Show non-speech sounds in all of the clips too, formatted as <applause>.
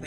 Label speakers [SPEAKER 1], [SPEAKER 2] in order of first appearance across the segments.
[SPEAKER 1] ไป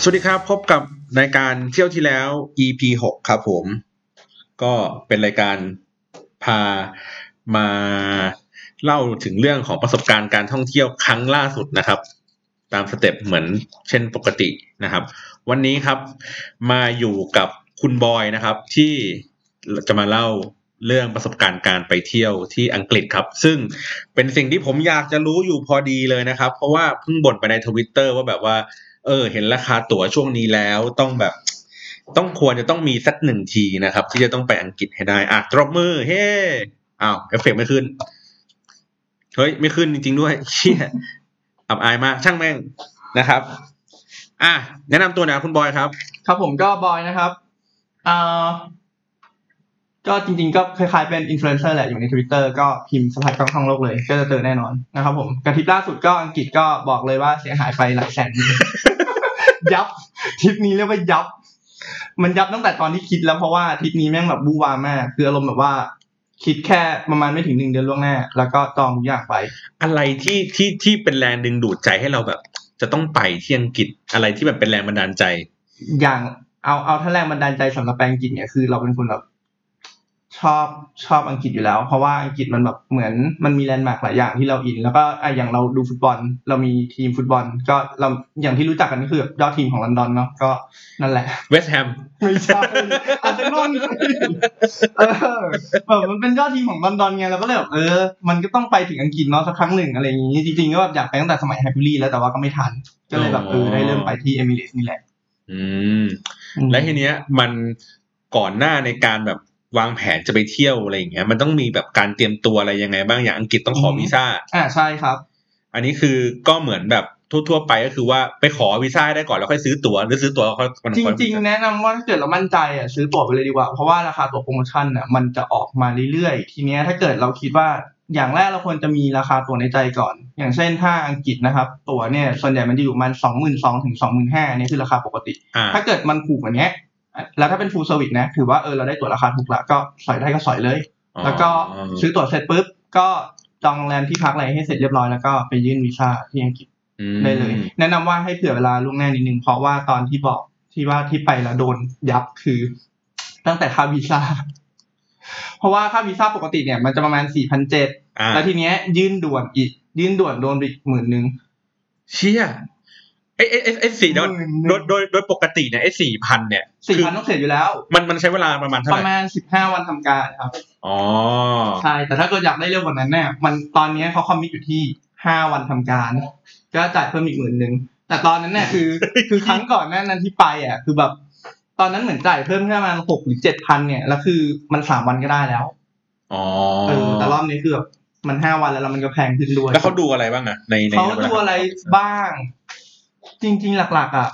[SPEAKER 2] สวัสดีครับ พบกับรายการเที่ยวที่แล้ว EP หกครับผม ก็เป็นรายการพามาเล่าถึงเรื่องของประสบการณ์การท่องเที่ยวครั้งล่าสุดนะครับ ตามสเต็ปเหมือนเช่นปกตินะครับ วันนี้ครับมาอยู่กับคุณบอยนะครับ ที่จะมาเล่าเรื่องประสบการณ์การไปเที่ยวที่อังกฤษครับ ซึ่งเป็นสิ่งที่ผมอยากจะรู้อยู่พอดีเลยนะครับ เพราะว่าเพิ่งบ่นไปในทวิตเตอร์ว่าแบบว่า เออ เห็นราคาตั๋วช่วงนี้แล้วต้องแบบ ต้องควรจะต้องมีสักหนึ่งทีนะครับ ที่จะต้องไปอังกฤษให้ได้ อ่ะตรบมือ เฮ้อ้าวเอฟเฟกต์ไม่ขึ้น เฮ้ย ไม่ขึ้นจริง ๆ ด้วยเชี่ยอับอายมากช่างแม่งนะครับ อ่ะแนะนำตัวหนะคุณบอยครับ
[SPEAKER 3] ครับผมก็บอยนะครับเอ่อก็จริง ๆ ก็คล้ายๆเป็นอินฟลูเอนเซอร์แหละอยู่ใน Twitter ก็พิมพ์สะพัดกล้องท่องโลกเลย ก็จะเจอแน่นอนนะครับผมกระทริปล่าสุดก็อังกฤษก็บอกเลยว่าเสียหายไปหลายแสน <laughs> ยับทริปนี้เรียกว่ายับ มันยับตั้งแต่ตอนที่คิดแล้วเพราะว่าทริปนี้แม่งแบบบูวามาก คืออารมณ์แบบว่า คิดแค่ประมาณไม่ถึงหนึ่งเดือนล่วงหน้า แล้วก็จองทุกอย่างไป
[SPEAKER 2] อะไรที่ที่ที่เป็นแรงดึงดูดใจให้เราแบบ จะต้องไปที่อังกฤษอะไรที่แบบเป็นแรงบันดาลใจ
[SPEAKER 3] อย่างเอาเอาถ้าแรงบันดาลใจสำหรับแปลอังกฤษเนี่ยคือเราเป็นคนแบบชอบชอบอังกฤษอยู่แล้ว เพราะว่าอังกฤษมันแบบเหมือนมันมีแลนด์มาร์คหลายอย่างที่เราอิน แล้วก็อ่ะอย่างเราดูฟุตบอล เรามีทีมฟุตบอล ก็เราอย่างที่รู้จักกันก็คือยอดทีมของลอนดอนเนาะก็นั่นแหละ
[SPEAKER 2] เวสต์แฮม
[SPEAKER 3] ไม่ใช่อาร์เซนอลเออ <laughs> แบบมันเป็นยอดทีมของลอนดอนไงเราก็เลยแบบเออ มันก็ต้องไปถึงอังกฤษเนาะสักครั้งหนึ่งอะไรอย่างงี้จริงๆก็แบบอยากไปตั้งแต่สมัยแฮปปี้ลี่แล้วแต่ว่าก็ไม่ทัน ก็เลยแบบเออได้เริ่มไปที่เอมิเรตนี่แหละ
[SPEAKER 2] อืม
[SPEAKER 3] อืม
[SPEAKER 2] แล้วทีเนี้ยมันก่อนหน้าในการแบบวางแผนจะไปเที่ยวอะไรอย่างเงี้ยมันต้องมีแบบการเตรียมตัวอะไรยังไงบ้างอย่างอังกฤษต้องขอ
[SPEAKER 3] อืม
[SPEAKER 2] วีซ่า
[SPEAKER 3] อ่าใช่ครับ
[SPEAKER 2] อันนี้คือก็เหมือนแบบทั่วๆไปก็คือว่าไปขอวีซ่าได้ก่อนแล้วค่อยซื้อตั๋วหรือซื้อตั๋วแล้วค่อย
[SPEAKER 3] จริงๆ แนะนำว่าถ้าเกิดเรามั่นใจอ่ะซื้อตั๋วไปเลยดีกว่า เพราะว่าราคาตั๋วโปรโมชั่นอ่ะมันจะออกมาเรื่อยๆ ทีเนี้ยถ้าเกิดเราคิดว่าอย่างแรกเราควรจะมีราคาตั๋วในใจก่อน อย่างเช่นถ้าอังกฤษนะครับ ตั๋วเนี่ยส่วนใหญ่มันจะอยู่ประมาณสองหมื่นสองถึงสองหมื่นห้านี่ยคือราคาปกติ
[SPEAKER 2] อ่า
[SPEAKER 3] ถ้าเกิดมันถูกกว่าเนี้ยแล้วถ้าเป็น full service นะถือว่าเออเราได้ตั๋วราคาถูกละก็สอยได้ก็สอยเลย แล้วก็ซื้อตั๋วเสร็จปุ๊บก็จองโรงแรมที่พักอะไรให้เสร็จเรียบร้อยแล้วก็ไปยื่นวีซ่าที่อังกฤษ
[SPEAKER 2] ม
[SPEAKER 3] ได้เลย แนะนำว่าให้เผื่อเวลาล่วงหน้านิดนึง เพราะว่าตอนที่บอกที่ว่าที่ไปแล้วโดนยับคือ ตั้งแต่ค่าวีซ่า <laughs> เพราะว่าค่าวีซ่าปกติเนี่ยมันจะประมาณสี่พันเจ็ด
[SPEAKER 2] อ่า
[SPEAKER 3] แล้วทีเนี้ยยื่นด่วนอีก ยื่นด่วนโดนไปอีกหมื่นหนึ่ง
[SPEAKER 2] เชี่ยไอ้ไอ้ไอ้ไอ้สี่โดย
[SPEAKER 3] หมื่น
[SPEAKER 2] โดยโดยโดยปกติเนี่ยไอ้สี่พันเนี่ย
[SPEAKER 3] สี่
[SPEAKER 2] คื
[SPEAKER 3] พันต้องเสียอยู่แล้ว
[SPEAKER 2] มันมันใช้เวลาประมาณเท่า
[SPEAKER 3] ป
[SPEAKER 2] ไห
[SPEAKER 3] ระ
[SPEAKER 2] ร่
[SPEAKER 3] มาณสิบห้าวันทำการครับ
[SPEAKER 2] อ๋อ
[SPEAKER 3] ใช่ แต่ถ้าเกิดอยากได้เร็วกว่านั้นเนี่ยมันตอนเนี้ยเขาคอมมิตอยู่ที่ห้าวันทำการ ก็จ่ายเพิ่มอีกหมื่นหนึ่งแต่ตอนนั้น
[SPEAKER 2] <laughs>
[SPEAKER 3] เนี่ยคือ คือครั้งก่อนหน้านั้นที่ไปอ่ะ คือแบบ ตอนนั้นเหมือนจ่ายเพิ่มแค่ประมาณหกหรือเจ็ดพันเนี่ยแล้วคือมันสามวันก็ได้แล้ว
[SPEAKER 2] อ๋อ
[SPEAKER 3] เออแต่รอบนี้คือแบบมันห้าวันแล้วแล้วมันก็แพงขึ้นด้วย
[SPEAKER 2] แล้วเขาดูอะไรบ้างอะในใน
[SPEAKER 3] เขา
[SPEAKER 2] วล
[SPEAKER 3] ดูอะไรบ้าง จริง ๆ หลักๆอ่ะ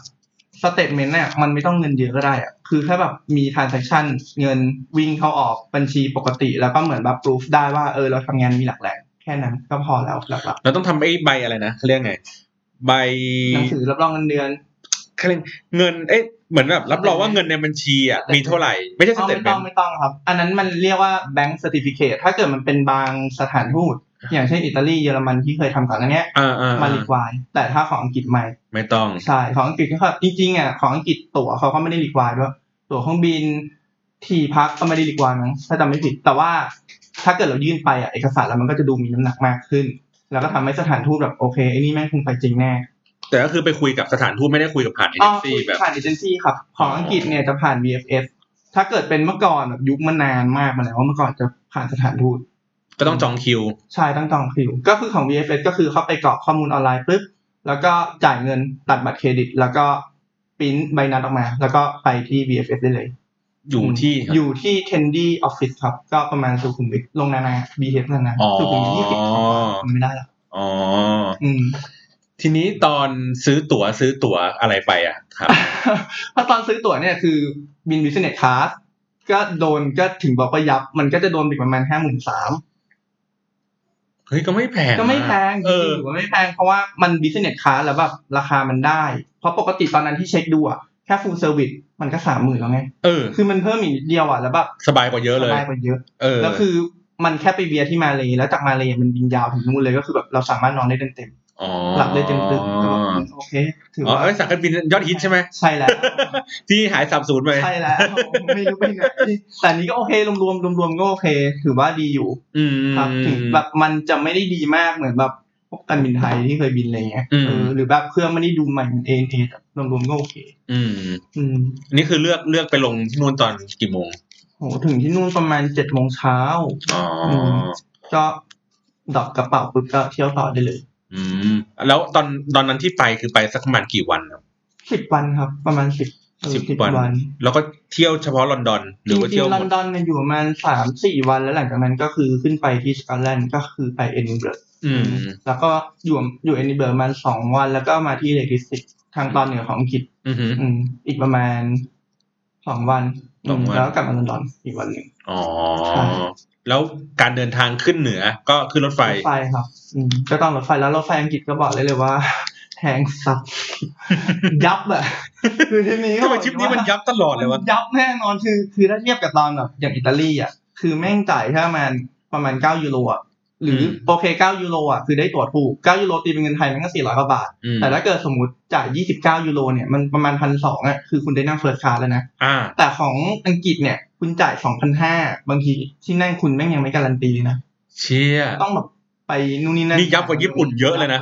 [SPEAKER 3] สเตทเมนต์เนี่ยมันไม่ต้องเงินเยอะก็ได้อ่ะคือแค่แบบมีทรานซัคชันเงินวิ่งเข้าออกบัญชีปกติ แล้วก็เหมือนแบบพิสูจได้ว่าเออเราทำงานมีหลักแหล่งแค่นั้นก็พอแล้วหลัก
[SPEAKER 2] เราต้องทำไอ้ใบอะไรนะเขาเรียกไง ใบ
[SPEAKER 3] ๆหนังสือรับรองเงินเดือน
[SPEAKER 2] เขาเรียกเงินเอ๊ะเหมือนแบบรับรองว่าเงินในบัญชีอ่ะมีเท่าไหร่ไม่ใช่ส
[SPEAKER 3] เอา
[SPEAKER 2] เตทเม
[SPEAKER 3] ไม่ต้อน ง
[SPEAKER 2] ต์
[SPEAKER 3] ไม่ต้องครับ อันนั้นมันเรียกว่า bank certificate ถ้าเกิดมันเป็นบางสถานทูตอย่างเช่นอิตาลีเยอรมันที่เคยทำก่อนหน้าเนี้ย
[SPEAKER 2] อ่าอ่า
[SPEAKER 3] มารีควายแต่ถ้าของอังกฤษไม่
[SPEAKER 2] ไม่ต้อง
[SPEAKER 3] ใช่ของอังกฤษก็ครับจริงๆอ่ะของอังกฤษตั๋วเขาก็ไม่ได้รีควายด้วยตั๋วเครื่องบินที่พักก็ไม่ได้รีควายมั้งถ้าจำไม่ผิด แต่ว่าถ้าเกิดเรายื่นไปอ่ะเอกสารแล้วมันก็จะดูมีน้ำหนักมากขึ้น แล้วก็ทำให้สถานทูตแบบโอเคไอ้นี่แม่งคงไปจริงแน่
[SPEAKER 2] แต่ก็คือไปคุยกับสถานทูตไม่ได้คุยกับผ่านเอเจนซี่แบบ
[SPEAKER 3] ผ่านเอเจนซี่ครับ ของอังกฤษเนี่ยจะผ่าน VFS ถ้าเกิดเป็นเมื่อก่อนแบบยุคมันนานมากมาแล้วว่าเมื่อก่อนจะผ่านสถานทูต
[SPEAKER 2] ก็ต้องจองคิว
[SPEAKER 3] ใช่ต้องจองคิว ก็คือของ VFS ก็คือเขาไปกรอกข้อมูลออนไลน์ปุ๊บแล้วก็จ่ายเงินตัดบัตรเครดิต แล้วก็ปริ้นใบนัดออกมา แล้วก็ไปที่ VFS ได้เลย
[SPEAKER 2] อยู่
[SPEAKER 3] ม
[SPEAKER 2] ที่
[SPEAKER 3] อยู่ที่ Tendy Office ครับ ก็ประมาณสุขุมวิทลงนานา BH นานา
[SPEAKER 2] อ๋อ
[SPEAKER 3] สุขุมวิทยี่สิบไม่ได้ละ
[SPEAKER 2] อ๋อ
[SPEAKER 3] อืม <laughs>
[SPEAKER 2] ทีนี้ตอนซื้อตั๋วซื้อตั๋วอะไรไปอ่ะครับ
[SPEAKER 3] เพราะตอนซื้อตั๋วเนี่ยคือบิน business class ก็โดนก็ถึงบอกว่ายับ มันก็จะโดนไปประมาณห้าหมื่นสาม
[SPEAKER 2] เฮ้ยก็ไม่แพงนะ
[SPEAKER 3] ก็ไม่แพงจ
[SPEAKER 2] เอ
[SPEAKER 3] ริ
[SPEAKER 2] อ
[SPEAKER 3] งๆถือว่าไม่แพงเพราะว่ามัน business class แล้วแบบราคามันได้ เพราะปกติตอนนั้นที่เช็คดูอะแค่ full service มันก็สามหมื่นแล้วไง
[SPEAKER 2] เออ
[SPEAKER 3] คือมันเพิ่มอีกนิดเดียวอะแล้วแบบ
[SPEAKER 2] สบายกว่าเยอะ
[SPEAKER 3] ส
[SPEAKER 2] เลย
[SPEAKER 3] บายกว่าเยอะ
[SPEAKER 2] เออ
[SPEAKER 3] แล้วคือมันแค่ไปเบียร์ที่มาเลยแล้วจากมาเลยมันบินยาวถึงนู่นเลยก็คือแบบเราสามารถนอนได้เต็ม
[SPEAKER 2] อ๋อ
[SPEAKER 3] ๆหลับได้เต็มตื่นก็แบบโอเค ถือ
[SPEAKER 2] อ๋อ
[SPEAKER 3] ว่า
[SPEAKER 2] เอ้ยสังกัดบินยอดฮิตใช่ไหม
[SPEAKER 3] ใช่แล้ว
[SPEAKER 2] ที่หายสับสูญไป
[SPEAKER 3] ใช่แล้วไม่รู้ไปไหนแต่อันนี้ก็โอเครวมๆรวมๆก็โอเค ถือว่าดีอยู่
[SPEAKER 2] อืม
[SPEAKER 3] ครับถึงแบบมันจะไม่ได้ดีมากเหมือนแบบพวกการบินไทยที่เคยบินอะไรเงี้ย
[SPEAKER 2] อืม
[SPEAKER 3] เออหรือแบบเครื่องไม่ได้ดูใหม่เหมือนเอเอแต่รวมๆก็โอเค
[SPEAKER 2] อืม
[SPEAKER 3] อืม
[SPEAKER 2] อันนี่คือเลือกเลือกไปลงที่นู่นตอนกี่โมง
[SPEAKER 3] โหถึงที่นู่นประมาณเจ็ดโมงเช้า
[SPEAKER 2] อ๋ออ
[SPEAKER 3] ม ก็ดรอปกระเป๋าปุ๊บก็เที่ยวต่อได้เลย
[SPEAKER 2] อืม แล้วตอนตอนนั้นที่ไปคือไปสักประมาณกี่วันครับ
[SPEAKER 3] สิบวันครับ ประมาณสิบ
[SPEAKER 2] สิบวัน
[SPEAKER 3] วัน
[SPEAKER 2] แล้วก็เที่ยวเฉพาะลอนดอน หรือว่า
[SPEAKER 3] จริ
[SPEAKER 2] เที่ยว
[SPEAKER 3] งๆ
[SPEAKER 2] ห
[SPEAKER 3] ลอ
[SPEAKER 2] ม
[SPEAKER 3] น
[SPEAKER 2] ด
[SPEAKER 3] ดอนเนี่ยอยู่ประมาณสามสี่วันแล้วหลังจากนั้นก็คือขึ้นไปที่สกอตแลนด์ก็คือไปเอ็ดนเบิร์ก
[SPEAKER 2] อืม
[SPEAKER 3] แล้วก็อยู่อยู่เอนิเบิร์กประมาณสองวัน แล้วก็มาที่เลกิสติกทางตอนเหนือของอังกฤษ
[SPEAKER 2] อืม
[SPEAKER 3] อืม อีกประมาณสองวัน
[SPEAKER 2] สองวัน
[SPEAKER 3] แล้วก็กลับมาลอนดอนอีกวันหนึ่ง
[SPEAKER 2] อ๋อ
[SPEAKER 3] ใช่
[SPEAKER 2] แล้วการเดินทางขึ้นเหนือก็ขึ้นรถไฟ
[SPEAKER 3] รถไฟครับ อืมก็ต้องรถไฟแล้วรถไฟอังกฤษก็บอกเลยเลยว่าแพง
[SPEAKER 2] <laughs>
[SPEAKER 3] สัตว์ ยับอะคือที่นี้
[SPEAKER 2] ทำไมทริปนี้มันยับตลอดเลยวะ
[SPEAKER 3] มันยับแน่นอนคือ คือถ้าเทียบกับตอนแบบอย่างอิตาลีอะคือแม่งจ่ายแค่ประมาณประมาณเก้ายูโรอะหรืออ
[SPEAKER 2] ม
[SPEAKER 3] โอเคเก้ายูโรอะคือได้ตั๋วถูกเก้ายูโรตีเป็นเงินไทยมันก็สี่ร้อยกว่าบาท
[SPEAKER 2] อืม
[SPEAKER 3] แต่ถ้าเกิดสมมติจ่าย 29 ยูโร เนี่ย มันประมาณพันสองอ่ะ คือคุณได้นั่งเฟิร์สคลาสแล้วนะ
[SPEAKER 2] อ่า
[SPEAKER 3] แต่ของอังกฤษเนี่ย คุณจ่าย 2,500 บางทีที่นั่งคุณแม่งยังไม่การันตีเลยนะ
[SPEAKER 2] เชี่ย
[SPEAKER 3] ต้องแบบไปนู่นนี่นั่น
[SPEAKER 2] นี่ยับกว่าญี่ปุ่นเยอะเลยนะ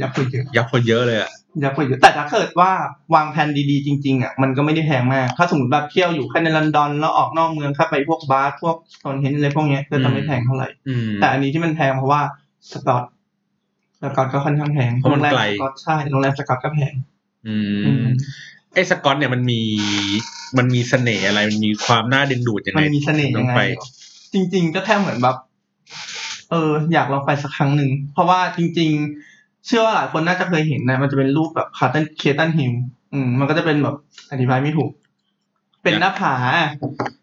[SPEAKER 3] ยับกว่าเยอะ
[SPEAKER 2] ยับคนเยอะเลยอ่ะ
[SPEAKER 3] ยับกว่าเยอะ แต่ถ้าเกิดว่าวางแผนดีๆ จริงๆอ่ะ มันก็ไม่ได้แพงมาก ถ้าสมมติแบบเที่ยวอยู่แค่ในลอนดอน แล้วออกนอกเมืองค่าไปพวกบาร์พวกโซนเฮนอะไรพวกเนี้ยก็จะไม่แพงเท่าไหร่
[SPEAKER 2] อืม
[SPEAKER 3] แต่อันนี้ที่มันแพงเพราะว่าสกอตสกอตก็ค่อนข้างแพง
[SPEAKER 2] เพราะมันไกล
[SPEAKER 3] โรงแรสกอตใช่โรงแรมสกอตก็แพง
[SPEAKER 2] อื
[SPEAKER 3] อื
[SPEAKER 2] ม
[SPEAKER 3] ม
[SPEAKER 2] ไอ้สกอตเนี่ยมันมีมันมีเสน่ห์อะไร มันมีความน่าดึงดูดยัง
[SPEAKER 3] มั
[SPEAKER 2] ไง
[SPEAKER 3] นมีเสน่ห์ยังไง
[SPEAKER 2] ลองไป
[SPEAKER 3] เหรอจริง ๆ ก็แค่เหมือนแบบ เออ อยากลองไปสักครั้งหนึ่ง เพราะว่าจริง ๆ เชื่อว่าหลายคนน่าจะเคยเห็นนะ มันจะเป็นรูปแบบคาร์ตันเคตันฮิลอืม มันก็จะเป็นแบบอธิบายไม่ถูก เป็นหน้าผา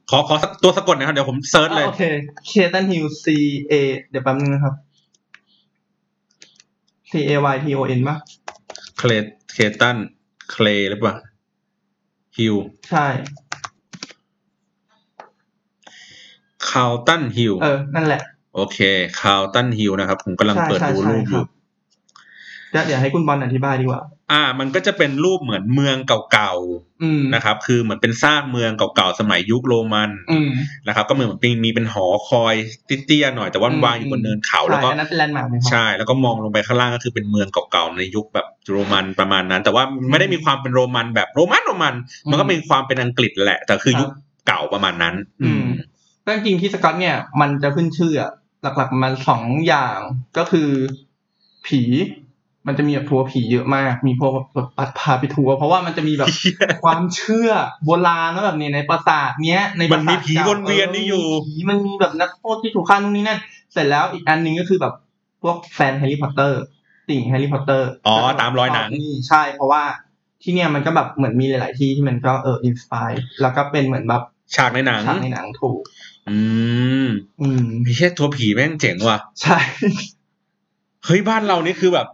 [SPEAKER 2] ขอขอสักตัวสะกดหนะครับ เดี๋ยวผมเซิร์ชเลย
[SPEAKER 3] อ่ะโอเคเคตันฮิล C A เดี๋ยวแป๊บนึงนะครับ C A Y T O N ป่ะ
[SPEAKER 2] เคลเคตันเคลหรือเปล่าฮิล
[SPEAKER 3] ใช่
[SPEAKER 2] คาวตันฮิล
[SPEAKER 3] เออ นั่นแหละ
[SPEAKER 2] โอเคคาวตันฮิลนะครับ ผมกำลัง
[SPEAKER 3] ใช่
[SPEAKER 2] เปิด
[SPEAKER 3] ใช่
[SPEAKER 2] ดู
[SPEAKER 3] ใช่
[SPEAKER 2] รูปอ
[SPEAKER 3] ครั
[SPEAKER 2] ยู่
[SPEAKER 3] บเดี๋ยวเดี๋ยวให้คุณบอลอธิบายดีกว่า
[SPEAKER 2] อ่า มันก็จะเป็นรูปเหมือนเมืองเก่า
[SPEAKER 3] อืม
[SPEAKER 2] ๆนะครับ คือเหมือนเป็นซากเมืองเก่าๆสมัยยุคโรมัน
[SPEAKER 3] อืม
[SPEAKER 2] นะครับ ก็เหมือนเป็นมีเป็นหอคอยเตี้ยๆหน่อยแต่ว่า
[SPEAKER 3] อืม
[SPEAKER 2] วางอยู่บนเนินเขาแล้ว
[SPEAKER 3] ใช่
[SPEAKER 2] ก็
[SPEAKER 3] อันนั้นเป็นแลนด์มาร์กเลยครับ
[SPEAKER 2] ใช่ แล้วก็มองลงไปข้างล่างก็คือเป็นเมืองเก่าๆในยุคแบบโรมันประมาณนั้น แต่ว่าไม่ได้มีความเป็นโรมันแบบโรมันโรมัน มันก็มีความเป็นอังกฤษแหละ แต่คือยุคเก่าประมาณนั้น อืม
[SPEAKER 3] ก็จริงๆที่สกอตเนี่ยมันจะขึ้นชื่ออะหลักๆมันสองอย่างก็คือผี มันจะมีแบบทัวร์ผีเยอะมาก มีพวกแบบปัดพาไปทัวร์เพราะว่ามันจะ
[SPEAKER 2] <laughs>
[SPEAKER 3] มีแบบ ความเชื่อโบราณว่าแบบเนี่ยในปราสาทเนี้ยในปราสาท
[SPEAKER 2] มันมีผี
[SPEAKER 3] ก่า
[SPEAKER 2] วนเวียนนี่อยู่
[SPEAKER 3] เมีผีมันมีแบบนักโทษที่ถูกฆ่านู่นนี่นั่นเสร็จแล้วอีกอันหนึ่งก็คือแบบพวกแฟนแฮร์รี่พอตเตอร์ติ่งแฮร์รี่พอตเตอร์
[SPEAKER 2] อ๋อตามรอยหนัง
[SPEAKER 3] นี่ใช่เพราะว่าที่เนี่ยมันก็แบบเหมือนมีหลาย ๆ ที่ที่มันก็เอออินสปายแล้วก็เป็นเหมือนแบบ
[SPEAKER 2] ฉากในหนัง
[SPEAKER 3] ฉากในหนังถูก
[SPEAKER 2] อืม
[SPEAKER 3] อืม
[SPEAKER 2] ไม่ใช่ทัวร์ผีแม่งเจ๋งว่ะ
[SPEAKER 3] ใช่ <laughs>
[SPEAKER 2] เฮ้ยบ้านเรานี่คือแบบ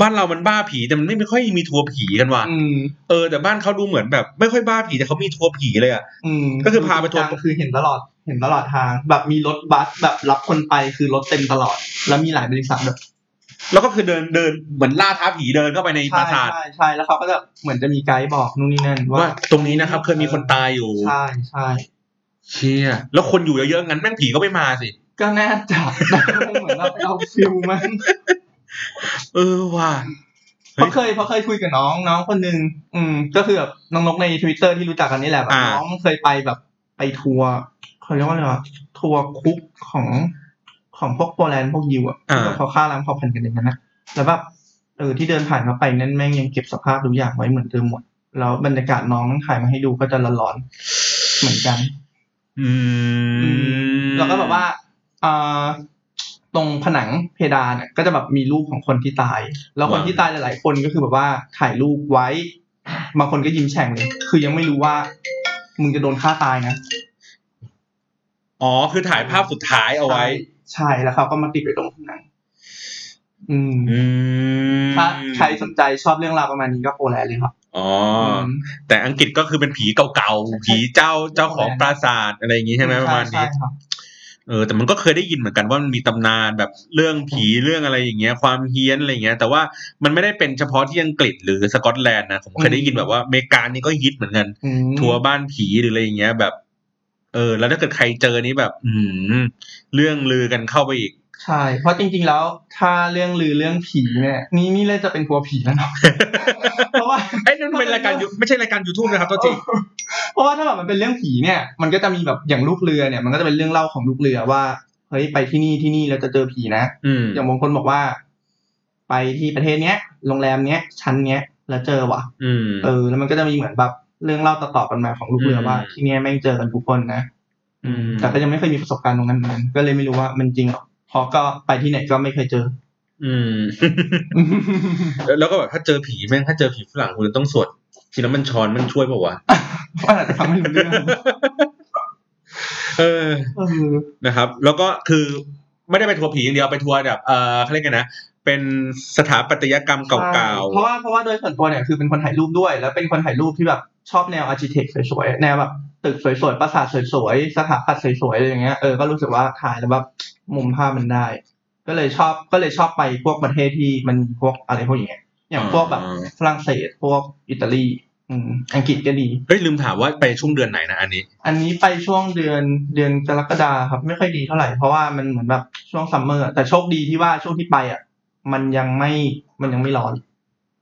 [SPEAKER 2] บ้านเรามันบ้าผีแต่มันไม่ค่อยมีทัวร์ผีกันว่ะ
[SPEAKER 3] อืม
[SPEAKER 2] เออแต่บ้านเขาดูเหมือนแบบ ไม่ค่อยบ้าผีแต่เขามีทัวร์ผีเลยอ่ะ
[SPEAKER 3] อืม
[SPEAKER 2] ก็คือพาไปทัวร์
[SPEAKER 3] คือเห็นตลอด เห็นตลอดทาง แบบมีรถบัสแบบรับคนไปคือรถเต็มตลอด แล้วมีหลายบริษัทแบบ
[SPEAKER 2] แล้วก็คือเดินเดินเหมือนล่าท้าผีเดินเข้าไปในป
[SPEAKER 3] ใช่
[SPEAKER 2] ราสาท
[SPEAKER 3] ใช่ใช่แล้วเขาก็จะเหมือนจะมีไกด์บอกนู่นนี่นั่น
[SPEAKER 2] ว่า
[SPEAKER 3] ว่า
[SPEAKER 2] ตรงนี้นะครับ เคยมีคนตายอยู่
[SPEAKER 3] ใช่ใช่
[SPEAKER 2] เชี่ยแล้วคนอยู่เยอะๆงั้นแม่งผีก็ไม่มาสิ
[SPEAKER 3] ก็น่าจะ <laughs> เหมือนเราไปเอาฟิลมัน
[SPEAKER 2] เออว่ะ
[SPEAKER 3] เพราะเคยเพราะเคยคุยกับน้องน้องคนหนึ่งอืม ก็คือแบบน้องนกในทวิตเตอร์ที่รู้จักกันนี่แหละแบบ
[SPEAKER 2] อ่า
[SPEAKER 3] น้องเคยไปแบบไปทัวร์เขาเรียกว่าอะไรวะทัวร์คุกของของพวกโปแลนด์พวกยิวอ่ะ
[SPEAKER 2] อ่า
[SPEAKER 3] เขาฆ่าล้างเผ่าพันธุ์กันอย่างนั้นนะแล้วแบบเออที่เดินผ่านเข้าไปนั่นแม่งยังเก็บสภาพทุกอย่างไว้เหมือนเดิมหมด แล้วบรรยากาศน้องถ่ายมาให้ดูก็จะร้อนๆเหมือนกัน
[SPEAKER 2] อืม
[SPEAKER 3] แล้วก็แบบว่าเออ ตรงผนังเพดานเนี่ยก็จะแบบมีรูปของคนที่ตาย แล้วคนที่ตายหลายๆคนก็คือแบบว่าถ่ายรูปไว้ บางคนก็ยิ้มแฉ่งเลย คือยังไม่รู้ว่า มึงจะโดนฆ่าตายนะ
[SPEAKER 2] อ๋อ คือถ่ายภาพสุดท้ายเอาไว้
[SPEAKER 3] ใช่แล้วเขาก็มาติดไว้ตรงผนังอืม
[SPEAKER 2] อืม
[SPEAKER 3] ถ้าใครสนใจชอบเรื่องราวประมาณนี้ก็โคแลนด์เลยครับ
[SPEAKER 2] อ๋อ
[SPEAKER 3] ม
[SPEAKER 2] แต่อังกฤษก็คือเป็นผีเก่าๆ ผีเจ้าเจ้าของปราสาทอะไรอย่างงี้ใช่ไหมประมาณนี้
[SPEAKER 3] ใช่ครับ
[SPEAKER 2] เออแต่มันก็เคยได้ยินเหมือนกันว่ามันมีตำนานแบบเรื่องผีเรื่องอะไรอย่างเงี้ย ความเฮี้ยนอะไรอย่างเงี้ย แต่ว่ามันไม่ได้เป็นเฉพาะที่อังกฤษหรือสกอตแลนด์นะผมเคยได้ยินแบบว่าอเมริกานี่ก็ฮิตเหมือนกัน
[SPEAKER 3] อืม
[SPEAKER 2] ทัวร์บ้านผีหรืออะไรอย่างเงี้ย แบบ เออ แล้วถ้าเกิดใครเจอนี่แบบ อืมเรื่องลือกันเข้าไปอีก
[SPEAKER 3] ใช่ เพราะจริง ๆ แล้วถ้าเรื่องลือเรื่องผีเนี่ยนี่นี่เลยจะเป็นทัวร์ผี
[SPEAKER 2] <laughs>
[SPEAKER 3] แล้วเนาะเพราะว่า
[SPEAKER 2] ไอ้ยนั่นมันเป็นรายการยูไม่ใช่รายการ YouTube นะครับตัวจริง
[SPEAKER 3] เพราะว่าถ้าแบบมันเป็นเรื่องผีเนี่ย มันก็จะมีแบบอย่างลูกเรือเนี่ย มันก็จะเป็นเรื่องเล่าของลูกเรือว่าเฮ้ยไปที่นี่ที่นี่แล้วจะเจอผีนะ
[SPEAKER 2] อืม
[SPEAKER 3] อย่างบางคนบอกว่า ไปที่ประเทศเนี้ยโรงแรมเนี้ยชั้นเนี้ยแล้วเจอว่ะ
[SPEAKER 2] อืม
[SPEAKER 3] เออแล้วมันก็จะมีเหมือนแบบเรื่องเล่าต่อๆกันมาของลูกเรือว่า
[SPEAKER 2] อืม
[SPEAKER 3] ที่เนี่ยแม่งเจอกันทุกคนนะ
[SPEAKER 2] อืม
[SPEAKER 3] แต่ก็ยังไม่เคยมีประสบการณ์ตรงนั้นเหมือนกันก็เลยไม่รู้ว่ามันจริงหรอกเพอก็ไปที่ไหนก็ไม่เคย
[SPEAKER 2] <laughs>
[SPEAKER 3] เจอ
[SPEAKER 2] อืม แล้วแล้วก็แบบถ้าเจอผีแม่งถ้าเจอผีฝรั่งคุณต้องสวดทีนั้นมันช้อนมันช่วยเปล่าวะ
[SPEAKER 3] ก็อาจจะฟังไม่รู้เรื่อง
[SPEAKER 2] เออ
[SPEAKER 3] เออ
[SPEAKER 2] นะครับแล้วก็คือไม่ได้ไปทัวร์ผีอย่างเดียวไปทัวร์แบบเออเขาเรียกไงนะเป็นสถาปัตยกรรมเก่า
[SPEAKER 3] ใช่เพราะว่าเพราะว่าโดยส่วนตัวเนี่ยคือเป็นคนถ่ายรูปด้วย แล้วเป็นคนถ่ายรูปที่แบบชอบแนวอาร์ i ิเทคสวยๆแนวแบบตึกสวยๆปราสาทสวยๆสถาปัตย์สวยๆอะไรอย่างเงี้ยเออก็รู้สึกว่าถ่ายแล้วแบบมุมภาพมันได้ ก็เลยชอบก็เลยชอบไปพวกประเทศที่มันมีพวกอะไรพวกอย่างเงี้ย
[SPEAKER 2] ๆ
[SPEAKER 3] อย่างพวกแบบฝรั่งเศสพวกอิตาลีอืมอังกฤษก็ดี
[SPEAKER 2] เฮ้ยลืมถามว่าไปช่วงเดือนไหนนะอันนี้
[SPEAKER 3] อันนี้ไปช่วงเดือนเดือนกรกฎาครับ ไม่ค่อยดีเท่าไหร่เพราะว่ามันเหมือนแบบช่วงซัมเมอร์อะแต่โชคดีที่ว่าช่วงที่ไปอ่ะมันยังไม่มันยังไม่ร้อน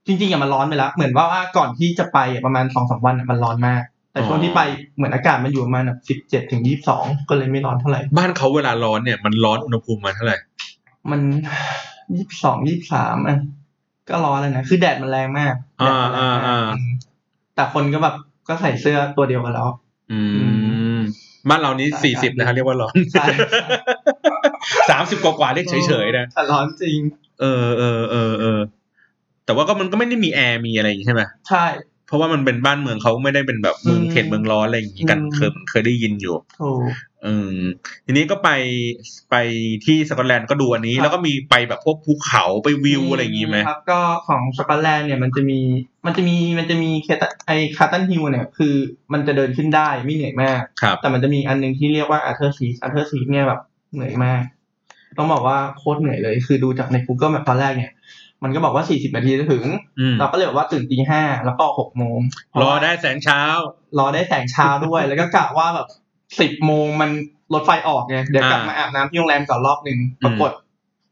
[SPEAKER 3] จริงๆอ่ะมันร้อนไปแล้ว เหมือนว่าว่าก่อนที่จะไปอะประมาณสองสามวันอะมันร้อนมาก แต่ช่วงที่ไปเหมือนอากาศมันอยู่ประมาณแบบสิบเจ็ดถึงยี่สิบสองก็เลยไม่ร้อนเท่าไหร่
[SPEAKER 2] บ้านเขาเวลาร้อนเนี่ยมันร้อนอุณหภูมิมาเท่าไหร่
[SPEAKER 3] มันยี่สิบสองยี่สิบสามอ่ะก็ร้อนเลยนะคือแดดมันแรงมากแดด
[SPEAKER 2] อ่า
[SPEAKER 3] มันแรง
[SPEAKER 2] อ่ามอ่า
[SPEAKER 3] ากอืมแต่คนก็แบบก็ใส่เสื้อตัวเดียวกันแล้ว
[SPEAKER 2] อืมบ้านเรานี้สี่สิบนะครับเรียกว่าร้อน
[SPEAKER 3] ใช่
[SPEAKER 2] <laughs> สามสิบก <laughs> ว่าๆเรียกเฉยๆนะ
[SPEAKER 3] แต่ร้อนจริง
[SPEAKER 2] เออเออเออเออแต่ว่าก็มันก็ไม่ได้มีแอร์มีอะไรอย่างงี้ใช่ไหม
[SPEAKER 3] ใช่
[SPEAKER 2] เพราะว่ามันเป็นบ้านเมืองเขาไม่ได้เป็นแบบเมือง
[SPEAKER 3] อืม
[SPEAKER 2] เขตเมืองร้อนอะไรอย่างงี้กัน
[SPEAKER 3] อืม
[SPEAKER 2] เคยเคยได้ยินอยู่
[SPEAKER 3] ถูก
[SPEAKER 2] อืมทีนี้ก็ไปไปที่สกอตแลนด์ก็ดูอันนี้
[SPEAKER 3] ครับ
[SPEAKER 2] แล้วก็มีไปแบบพวกภูเขาไปวิวอะไรอย่างงี้ไหม
[SPEAKER 3] ครับก็ของสกอตแลนด์เนี่ยมันจะมีมันจะมีมันจะมีเคตไอคาร์ตันฮิลเนี่ยคือมันจะเดินขึ้นได้ไม่เหนื่อยมาก
[SPEAKER 2] ครับ
[SPEAKER 3] แต่มันจะมีอันหนึงที่เรียกว่าอาร์เธอร์ซีอาร์เธอร์ซีเนี่ยแบบเหนื่อยมาก ต้องบอกว่าโคตรเหนื่อยเลย คือดูจากใน Google Map ตอนแรกเนี่ย มันก็บอกว่า 40 นาทีจะถึง
[SPEAKER 2] อืม
[SPEAKER 3] เราก็เลยบอกว่าตื่นตีห้าแล้วก็6โมง
[SPEAKER 2] รอได้แสงเช้าร
[SPEAKER 3] อได้แสงเช้าด้วย <laughs> แล้วก็กะว่าแบบ 10โมงมันรถไฟออกไงเดี๋ยวกลับมาอาบน้ำที่โรงแรมก่อนรอบหนึ่งปรากฏ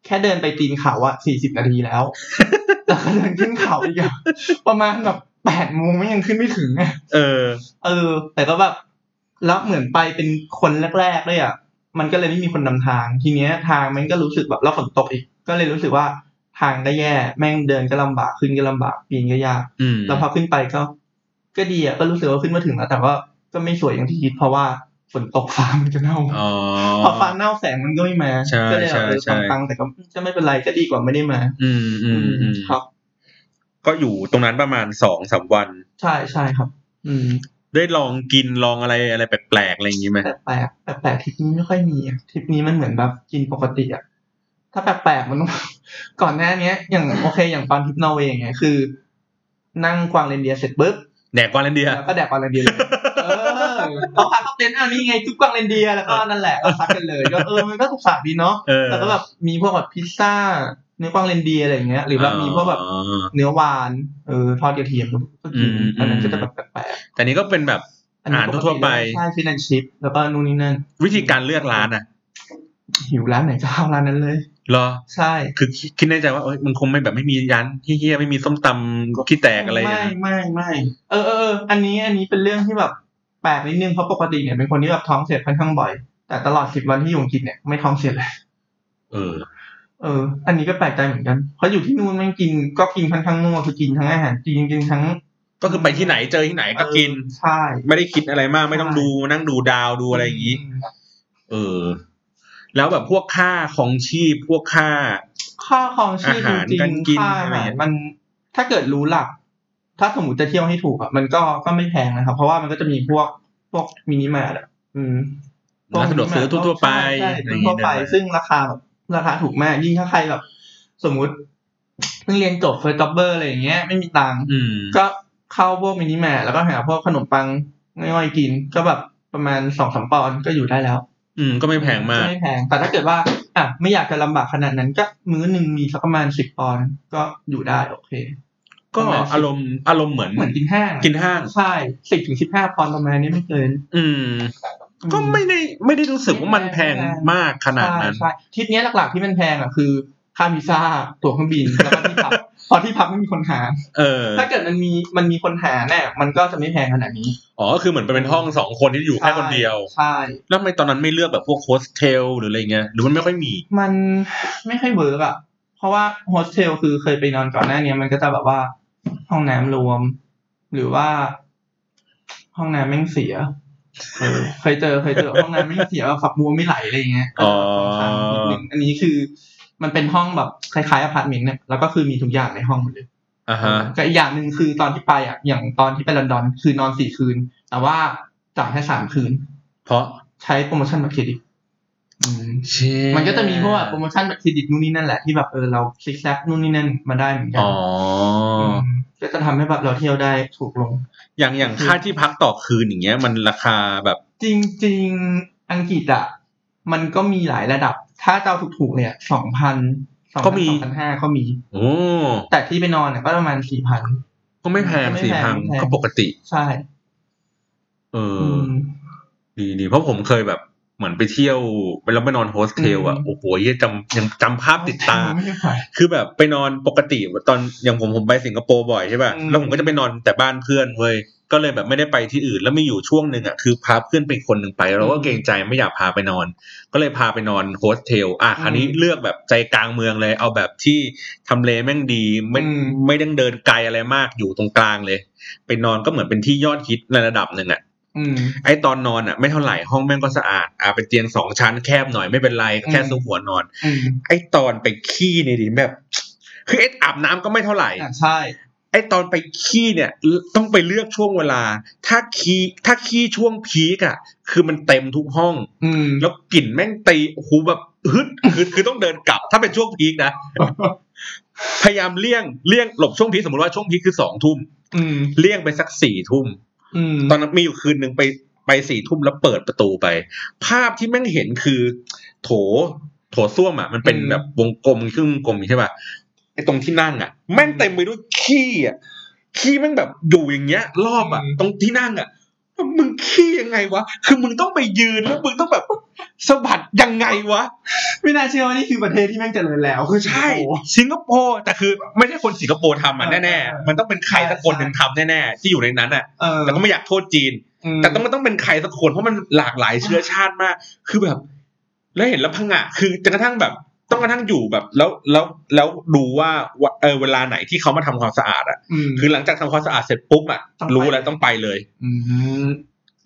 [SPEAKER 3] แค่เดินไปตีนเขาอะ40 นาทีแล้ว <laughs> แล้วก็เดินขึ้นเขาอีกอะประมาณแบบ8โมงไม่ยังขึ้นไม่ถึงอะ
[SPEAKER 2] เออ
[SPEAKER 3] เออ แต่ก็แบบแล้วเหมือนไปเป็นคนแรกๆเลยอะมันก็เลยไม่มีคนนำทาง ทีเนี้ยทางมันก็รู้สึกแบบแล้วฝนตกอีก ก็เลยรู้สึกว่าทางก็แย่แม่งเดินก็ลำบากขึ้นก็ลำบากปีนก็ยาก
[SPEAKER 2] อืม
[SPEAKER 3] แล้วพอขึ้นไปก็ ก็ดีอ่ะก็รู้สึกว่าขึ้นมาถึงแล้ว แต่ว่าก็ไม่สวยอย่างที่คิด เพราะว่าฝนตกฟ้ามันจะเน่า
[SPEAKER 2] อ๋อ
[SPEAKER 3] พอฟ้าเน่าแสงมันก็ไม่มา
[SPEAKER 2] ใช่
[SPEAKER 3] ก็เลยแบบเออ
[SPEAKER 2] ใช่ใช่
[SPEAKER 3] ตังๆแต่ก็ก็ไม่เป็นไรก็ดีกว่าไม่ได้มา
[SPEAKER 2] อืมอืมอืม
[SPEAKER 3] ครับ
[SPEAKER 2] ก็อยู่ตรงนั้นประมาณสองสามวัน
[SPEAKER 3] ใช่ใช่ครับ อืม
[SPEAKER 2] ได้ลองกินลองอะไรอะไรแปลกๆอะไรอย่างงี้ไหม
[SPEAKER 3] แปลกแปลกๆแปลกๆทริปนี้ไม่ค่อยมีอ่ะทริปนี้มันเหมือนแบบกินปกติอ่ะถ้าแปลกๆมันต้อง <laughs> ก่อนหน้าเนี้ย อย่างโอเค อย่างตอนทริปนอร์เวย์อย่างเงี้ยคือ นั่งกวางเรนเดียร์เสร็จปุ๊บ
[SPEAKER 2] แดกวาเลนเดีย
[SPEAKER 3] แล้วก็แดกกวางเรนเดียร์เลย เออเขาพาเขาเต้นอ่ะนี่ไงจุ๊บกวางเรนเดียร์แล้วก็นั่นแหละก็ซัดกันเลยก็เออมันก็สุขสันต์ดีเนาะ
[SPEAKER 2] เออ
[SPEAKER 3] แล้วก็แบบมีพวกแบบพิซซ่าเนื้อกวางเรนเดียร์อะไรอย่างเงี้ยหรือแบบมีพวกแบบ
[SPEAKER 2] อ๋อ
[SPEAKER 3] เนื้อวานเออทอดกระเทียมก็กิน
[SPEAKER 2] อืม
[SPEAKER 3] อันนั้นก็จะแบบแปลก
[SPEAKER 2] แต่นี้ก็เป็นแบบ
[SPEAKER 3] ๆอันนี้
[SPEAKER 2] อ่านทั่วๆไป
[SPEAKER 3] ใช่ฟินแลนชิพแล้วก็นู่นนี่นั่น
[SPEAKER 2] วิธีการเลือกร้านอ่ะ
[SPEAKER 3] หิวร้านไหนก็เข้าร้านนั้นเลย
[SPEAKER 2] เหรอ
[SPEAKER 3] ใช่
[SPEAKER 2] คือคิดคิดในใจว่าเอ้ยมันคงไม่แบบไม่มีร้านเฮี้ยๆไม่มีส้มตำขี้แตกอะไรอย่าง
[SPEAKER 3] ไม่
[SPEAKER 2] เงี้ย
[SPEAKER 3] ไม่ไม่เออเออเอออันนี้อันนี้เป็นเรื่องที่แบบแปลกนิดนึงเพราะปกติเนี่ยเป็นคนที่แบบท้องเสียค่อนข้างบ่อย แต่ตลอดสิบวันที่อยู่อังกฤษเนี่ยไม่ท้องเสียเลย
[SPEAKER 2] เออ
[SPEAKER 3] เออ อันนี้ก็แปลกใจเหมือนกัน เพราะอยู่ที่นู่นแม่งกินก็กินค่อนข้างนัวคือกินทั้งอาหารจีนกินทั้ง
[SPEAKER 2] ก็คือไปที่ไหนเจอที่ไหนก็กิน
[SPEAKER 3] เออใช่
[SPEAKER 2] ไม่ได้คิดอะไรมากไม่ต้องดูนั่งดูดาวดูอะไรอย่างนี้ เออ แล้วแบบพวกค่าของชีพพวกค่า
[SPEAKER 3] ค่าครองชีพ
[SPEAKER 2] อาหาร
[SPEAKER 3] จริง
[SPEAKER 2] การกิน
[SPEAKER 3] ๆค่าอา
[SPEAKER 2] อะไร
[SPEAKER 3] หาร
[SPEAKER 2] เงี้ย
[SPEAKER 3] มันถ้าเกิดรู้หลัก ถ้าสมมติจะเที่ยวให้ถูกอะมันก็ก็ไม่แพงนะครับ เพราะว่ามันก็จะมีพวกพวกมินิมาร์ทอะอืมพ
[SPEAKER 2] ร้านสะดวกซื้อทั่วๆไป
[SPEAKER 3] ใช่
[SPEAKER 2] อะไรอ
[SPEAKER 3] ใช่
[SPEAKER 2] ย่าง
[SPEAKER 3] ทั่
[SPEAKER 2] เงี้
[SPEAKER 3] วย ๆไป ซึ่งราคาแบบราคาถูกมาก ยิ่งถ้าใครแบบ สมมติเพิ่งเรียนจบเฟิร์สจ็อบเบอร์อะไรอย่างเงี้ยไม่มีตังค์
[SPEAKER 2] อืม
[SPEAKER 3] ก็เข้าพวกมินิแมร์แล้วก็หาพวกขนมปังง่อยๆกิน ก็แบบประมาณสองสามปอนด์ก็อยู่ได้แล้ว
[SPEAKER 2] อืม ก็ไม่แพงมาก
[SPEAKER 3] ไม่แพง แต่ถ้าเกิดว่า อ่ะไม่อยากจะลำบากขนาดนั้น ก็มื้อหนึ่งมีสักประมาณสิบปอนด์ก็อยู่ได้โอเค
[SPEAKER 2] ก็
[SPEAKER 3] ประมาณ
[SPEAKER 2] อารมณ์อารมณ์เหมือน
[SPEAKER 3] เหมือนกินห้าง
[SPEAKER 2] กินห้าง
[SPEAKER 3] ใช่สิบถึงสิบห้าปอนด์ประมาณนี้ไม่เกิน
[SPEAKER 2] อืม
[SPEAKER 3] อื
[SPEAKER 2] ก็ไม่ได้ไม่ได้รู้สึกว่ามันแพง
[SPEAKER 3] ไม่แพง
[SPEAKER 2] มากขนาดนั้น
[SPEAKER 3] ใช่ใช่ทริปเนี้ยหลักๆที่มันแพงอ่ะคือค่าวีซ่าตั๋วเครื่องบิน <laughs> แล้วก็ที่พัก พอที่พักไม่มีคนหาร
[SPEAKER 2] เออ
[SPEAKER 3] ถ้าเกิดมันมีมันมีคนหารเนี่ยมันก็จะไม่แพงขนาดนี้
[SPEAKER 2] อ๋อก็คือเหมือนเป็นห้องสองคนที่อยู่แค่คนเดียว
[SPEAKER 3] ใช่
[SPEAKER 2] แล้วทำไมตอนนั้นไม่เลือกแบบพวกโฮสเทลหรืออะไรเงี้ยหรือมันไม่ค่อยมี
[SPEAKER 3] มันไม่ค่อยเวิร์กอะเพราะว่าโฮสเทลคือเคยไปนอนก่อนหน้าเนี้ยมันก็จะแบบว่าห้องน้ำรวม หรือว่า ห้องน้ำแม่งเสียเออเคยเจอเคยเจอ ห้องน้ำแม่งเสียแบบฝักบัวไม่ไหลอะไรอย่างเงี้ยก็จะแบบสงสารนิดนึงอันนี้คือ มันเป็นห้องแบบคล้ายๆอพาร์ตเมนต์เนี่ยแล้วก็คือมีทุกอย่างในห้องหมดเลย
[SPEAKER 2] อ่าฮะ
[SPEAKER 3] ก็อีกอย่างหนึ่งคือตอนที่ไปอะอย่างตอนที่ไปลอนดอน คือนอนสี่คืน แต่ว่าจ่ายแค่สามคืน
[SPEAKER 2] เพราะ
[SPEAKER 3] ใช้โปรโมชั่นบัตรเครดิตอืม
[SPEAKER 2] เชี่ย
[SPEAKER 3] มันก็จะมีพวกแบบโปรโมชั่นแบบเครดิตนู่นนี่นั่นแหละที่แบบเออเราซิกแซกนู่นนี่นั่นมาได้เหมือนกั
[SPEAKER 2] อ๋ออ
[SPEAKER 3] มก็จะทำให้แบบเราเที่ยวได้ถูกลง
[SPEAKER 2] อย่างอย่างค่าที่พักต่อคืนอย่างเงี้ย มันราคาแบบ
[SPEAKER 3] จริง ๆอังกฤษอ่ะมันก็มีหลายระดับ ถ้าเจ้าถูกๆเนี่ยสองพันสอง
[SPEAKER 2] ก็
[SPEAKER 3] พัน
[SPEAKER 2] มี
[SPEAKER 3] สองพันห้าก็มี
[SPEAKER 2] โอ้
[SPEAKER 3] แต่ที่ไปนอนเนี่ยก็ประมาณสี่พัน
[SPEAKER 2] ก็ไม่แพง
[SPEAKER 3] ไม่แพง
[SPEAKER 2] สี่พัน
[SPEAKER 3] ไม่แพง
[SPEAKER 2] ก็ปกติ
[SPEAKER 3] ใช่
[SPEAKER 2] เออ
[SPEAKER 3] ม
[SPEAKER 2] อดีดีเพราะผมเคยแบบเหมือนไปเที่ยวไปแล้วไปนอนโฮสเทลอะ
[SPEAKER 3] อืม
[SPEAKER 2] โอ้โหเหี้ยจำยังจำภาพติดตา
[SPEAKER 3] ไม่ได้ผ่าน
[SPEAKER 2] คือแบบไปนอนปกติตอนอย่างผมผมไปสิงคโปร์บ่อยใช่ป่ะ
[SPEAKER 3] อืม
[SPEAKER 2] แล้วผมก็จะไปนอนแต่บ้านเพื่อนเว้ยก็เลยแบบไม่ได้ไปที่อื่นแล้วมีอยู่ช่วงหนึ่งอ่ะคือพาเพื่อนไปคนหนึ่งไปเราก็เกรงใจไม่อยากพาไปนอน ก็เลยพาไปนอนโฮสเทลอ่ะคราวนี้เลือกแบบใจกลางเมืองเลย เอาแบบที่ทำเลแม่งดีไม่ไม่ต้องเดินไกลอะไรมากอยู่ตรงกลางเลย ไปนอนก็เหมือนเป็นที่ยอดฮิตในระดับหนึ่งอ่ะ
[SPEAKER 3] อืม
[SPEAKER 2] ไอตอนนอนอ่ะไม่เท่าไหร่ห้องแม่งก็สะอาดอ่ะเป็นเตียงสองชั้นแคบหน่อยไม่เป็นไรแค่
[SPEAKER 3] อืม
[SPEAKER 2] ซุกหัวนอน
[SPEAKER 3] อืม
[SPEAKER 2] ไอตอนไปขี้เนี่ยดิแบบ คือไออาบน้ำก็ไม่เท่าไหร่
[SPEAKER 3] อ่ะใช่
[SPEAKER 2] ไอตอนไปขี้เนี่ยต้องไปเลือกช่วงเวลา ถ้าขี้ถ้าขี้ช่วงพีกอ่ะ คือมันเต็มทุกห้อง
[SPEAKER 3] อืม
[SPEAKER 2] แล้วกลิ่นแม่งตีโอ้โหูแบบฮึดคือคือต้องเดินกลับ ถ้าเป็นช่วงพีกนะ พยายามเลี่ยงเลี่ยงหลบช่วงพีกสมมติว่าช่วงพีกคือสองทุ่ม
[SPEAKER 3] อืม
[SPEAKER 2] เลี่ยงไปสักสี่ทุ่ม
[SPEAKER 3] อืม
[SPEAKER 2] ตอนนั้นมีอยู่คืนหนึ่งไปไปสี่ทุ่มแล้วเปิดประตูไป ภาพที่แม่งเห็นคือ โถ โถส้วมอ่ะ มันเป็นแบบวงกลมครึ่งวงกลมใช่ป่ะไอ้ตรงที่นั่งอ่ะ แม่งเต็มไปด้วยขี้อ่ะขี้แม่งแบบอยู่อย่างเงี้ย รอบอ่ะ ตรงที่นั่งอ่ะมึงขี้ยังไงวะ คือมึงต้องไปยืนแล้วมึงต้องแบบสะบัดยังไงวะ
[SPEAKER 3] ไม่น่าเชื่อว่านี่คือประเทศที่แม่งเจริญแล้วคือ
[SPEAKER 2] ใช่
[SPEAKER 3] โอ้โห
[SPEAKER 2] สิงคโปร์แต่คือไม่ใช่คนสิงคโปร์ทำอ่ะแน่ๆมันต้องเป็นใครสักคนหนึ่งทำแน่ๆที่อยู่ในนั้นอ่ะ
[SPEAKER 3] เออ
[SPEAKER 2] แต่ก็ไม่อยากโทษจีน แต่ต้องมันต้องเป็นใครสักคนเพราะมันหลากหลายเชื้อชาติมาก คือแบบ แล้วเห็นแล้วพังอะคือจนกระทั่งแบบ ต้องกระทั่งอยู่แบบ แล้วแล้วแล้วดูว่าว่าเออเวลาไหนที่เขามาทำความสะอาดอะ
[SPEAKER 3] อืม
[SPEAKER 2] คือหลังจากทำความสะอาดเสร็จปุ๊บอะ
[SPEAKER 3] ต้องไป
[SPEAKER 2] รู้แล้วต้องไปเลย
[SPEAKER 3] อืม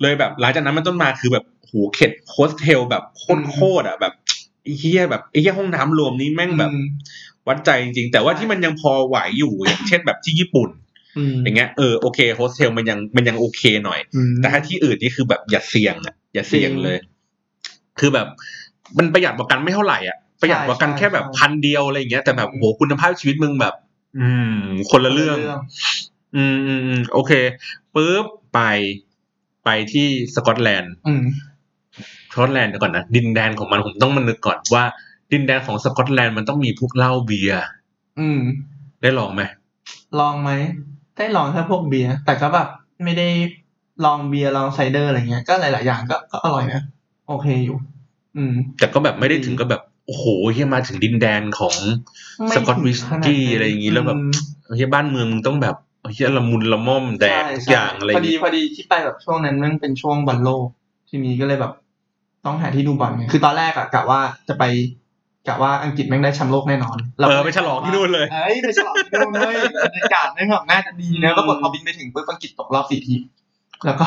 [SPEAKER 2] เลยแบบ หลังจากนั้นมันต้นมาคือแบบโหเข็ดโฮสเทลแบบโคตรโคตรอะแบบไอ้เหี้ยแบบไอ้เหี้ยห้องน้ำรวมนี้แม่งแบบ วัดใจจริงๆ แต่ว่าที่มันยังพอไหวอยู่อย่างเช่นแบบที่ญี่ปุ่น อย่างเงี้ยเออโอเคโฮสเทลมันยังมันยังโอเคหน่อย แต่ถ้าที่อื่นนี่คือแบบอย่าเสี่ยงอะอย่าเสี่ยงเลย คือแบบ มันประหยัดกว่ากันไม่เท่าไหร่อ่ะประหยัดกว่ากันแค่แบบ
[SPEAKER 3] ใช่
[SPEAKER 2] พันเดียวอะไรอย่างเงี้ยแต่แบบ
[SPEAKER 3] อืม
[SPEAKER 2] โหคุณภาพชีวิตมึงแบบ อืม คนละเรื่อง อืมอืมอืมโอเคปุ๊บไปไปที่สกอตแลนด์
[SPEAKER 3] อืม
[SPEAKER 2] สกอตแลนด์เดี๋ยวก่อนนะดินแดนของมันผมต้องมานึกก่อนว่า ดินแดนของสกอตแลนด์มันต้องมีพวกเหล้าเบียร์
[SPEAKER 3] อืม
[SPEAKER 2] ได้ลองไหม
[SPEAKER 3] ลองไหม ได้ลองแค่พวกเบียร์ แต่ก็แบบไม่ได้ลองเบียร์ลองไซเดอร์อะไรเงี้ย ก็หลาย ๆ อย่างก็ก็อร่อยนะ โอเคอยู่ อืม
[SPEAKER 2] แต่ก็แบบไม่ได้ถึงกับแบบโอ้โหเฮียมาถึงดินแดนของ
[SPEAKER 3] ไม่
[SPEAKER 2] สกอตวิส
[SPEAKER 3] ถึงขนาด
[SPEAKER 2] กี้อะไรอย่างงี้แล้วแบบ
[SPEAKER 3] ม
[SPEAKER 2] เฮียบ้านเมืองมึงต้องแบบเฮียละมุนละม่อมแดกทุกอย่าง
[SPEAKER 3] ใช่
[SPEAKER 2] อะไรอ
[SPEAKER 3] พ
[SPEAKER 2] ย่า
[SPEAKER 3] อง ดี
[SPEAKER 2] งี้
[SPEAKER 3] พอดีที่ไปแบบช่วงนั้นมันเป็นช่วงบอลโลก ทีนี้ก็เลยแบบ ต้องหาที่ดูบอลไงคือตอนแรกอะกะว่าจะไปกะว่าอังกฤษแม่งได้แชมป์โลกแน่นอนรา
[SPEAKER 2] เออไปฉลองที่นู่นเลย
[SPEAKER 3] เอ้ยไปฉลองที่นู่นเลยบรรยากาศแม่งแบบน่าจะดีเนอะปรากฏพอบินไปถึงปุ๊บอังกฤษตกรอบสี่ทีมแล้วก็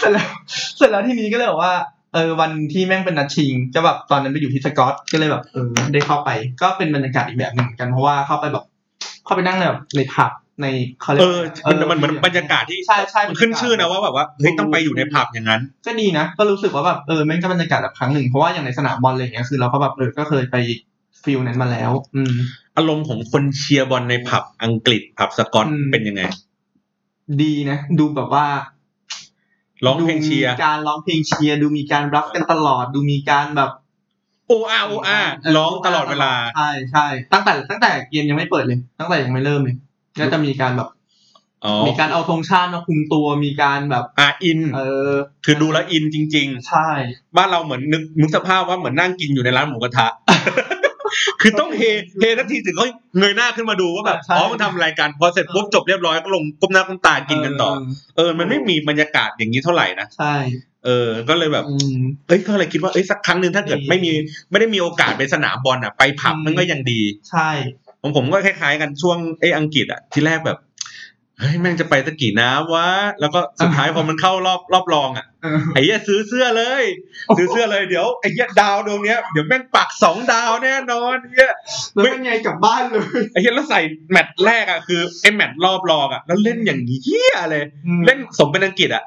[SPEAKER 3] เสร็จแล้วเสร็จแล้วทีนี้ก็เลยบอกว่า เออวันที่แม่งเป็นนัดชิงก็แบบตอนนั้นไปอยู่ที่สกอตก็เลยแบบเออได้เข้าไป ก็เป็นบรรยากาศอีกแบบหนึ่งเหมือนกันเพราะว่าเข้าไปแบบเข้าไปนั่งในแบบในผับในเขาเรียก
[SPEAKER 2] เออมันมันเหมือนบรรยากาศที่
[SPEAKER 3] ใช่ใช่
[SPEAKER 2] มันขึ้นชื่อนะว่าแบบว่าเฮ้ยต้องไปอยู่ในผับอย่างนั้น
[SPEAKER 3] ก็ดีนะก็รู้สึกว่าแบบเออแม่งก็บรรยากาศแบบครั้งหนึ่งเพราะว่าอย่างในสนามบอลอะไรอย่างเงี้ยคือเราก็แบบเออก็เคยไปฟิลนั้นมาแล้ว อืม
[SPEAKER 2] อารมณ์ของคนเชียร์บอลในผับอังกฤษผับสกอต
[SPEAKER 3] อืม
[SPEAKER 2] เป็นยังไง
[SPEAKER 3] ดีนะ ดูแบบว่า
[SPEAKER 2] ร้องเพลงเชียร์
[SPEAKER 3] ดูมีการร้องเพลงเชียร์ดูมีการรับกันตลอด ดูมีการแบบ
[SPEAKER 2] โออาโออาร้องตลอดเวลา
[SPEAKER 3] ใช่ใช่ตั้งแต่ตั้งแต่เกมยังไม่เปิดเลย ตั้งแต่ยังไม่เริ่มเลยก็จะมีการแบบ
[SPEAKER 2] อ๋อ
[SPEAKER 3] มีการเอาธงชาติมาคุมตัวมีการแบบ
[SPEAKER 2] อาอิน
[SPEAKER 3] เออ
[SPEAKER 2] คือดูแล้วอินจริง
[SPEAKER 3] ใช่
[SPEAKER 2] ๆ บ้านเราเหมือนนึกนึกสภาพว่าเหมือนนั่งกินอยู่ในร้านหมูกระท <laughs> ะ คือต้องเฮเฮทันทีถึงเขาเงยหน้าขึ้นมาดูว่าแบบอ๋อมันทำรายการพอเสร็จปุ๊บจบเรียบร้อยก็ลงก้มหน้าก้มตากินกันต่อ
[SPEAKER 3] เ
[SPEAKER 2] เออ มันไม่มีบรรยากาศอย่างนี้เท่าไหร่นะ
[SPEAKER 3] ใช่
[SPEAKER 2] เออ ก็เลยแบบ
[SPEAKER 3] อืม
[SPEAKER 2] เอ้ยก็เลยคิดว่าเอ้ยสักครั้งหนึ่งถ้าเกิด
[SPEAKER 3] ดี
[SPEAKER 2] ไม่มีไม่ได้มีโอกาสไปสนามบอลอ่ะไปผับ
[SPEAKER 3] อืม
[SPEAKER 2] มันก็ยังดี
[SPEAKER 3] ใช่
[SPEAKER 2] ผมผมก็คล้ายๆกันช่วงไอ้ยอังกฤษอ่ะที่แรกแบบเฮ้ยแม่งจะไปสักกี่น้ำวะแล้วก็สุดท้ายพอมันเข้ารอบรอบรองอ่ะ
[SPEAKER 3] เออ
[SPEAKER 2] ไอ้เหี้ยซื้อเสื้อเลย
[SPEAKER 3] โอ้โห
[SPEAKER 2] ซื้อเสื้อเลยเดี๋ยวไอ้เหี้ยดาวดวงเนี้ยเดี๋ยวแม่งปักสองดาวแน่นอนเหี้ย
[SPEAKER 3] แล้วเป็นไงกลับบ้านเลย
[SPEAKER 2] ไอ้เหี้ยแล้วใส่แมตช์แรกอ่ะคือไอ้แมตช์รอบรองอ่ะแล้วเล่นอย่างเหี้ยเลย เล่นสมเป็นอังกฤษอ่ะ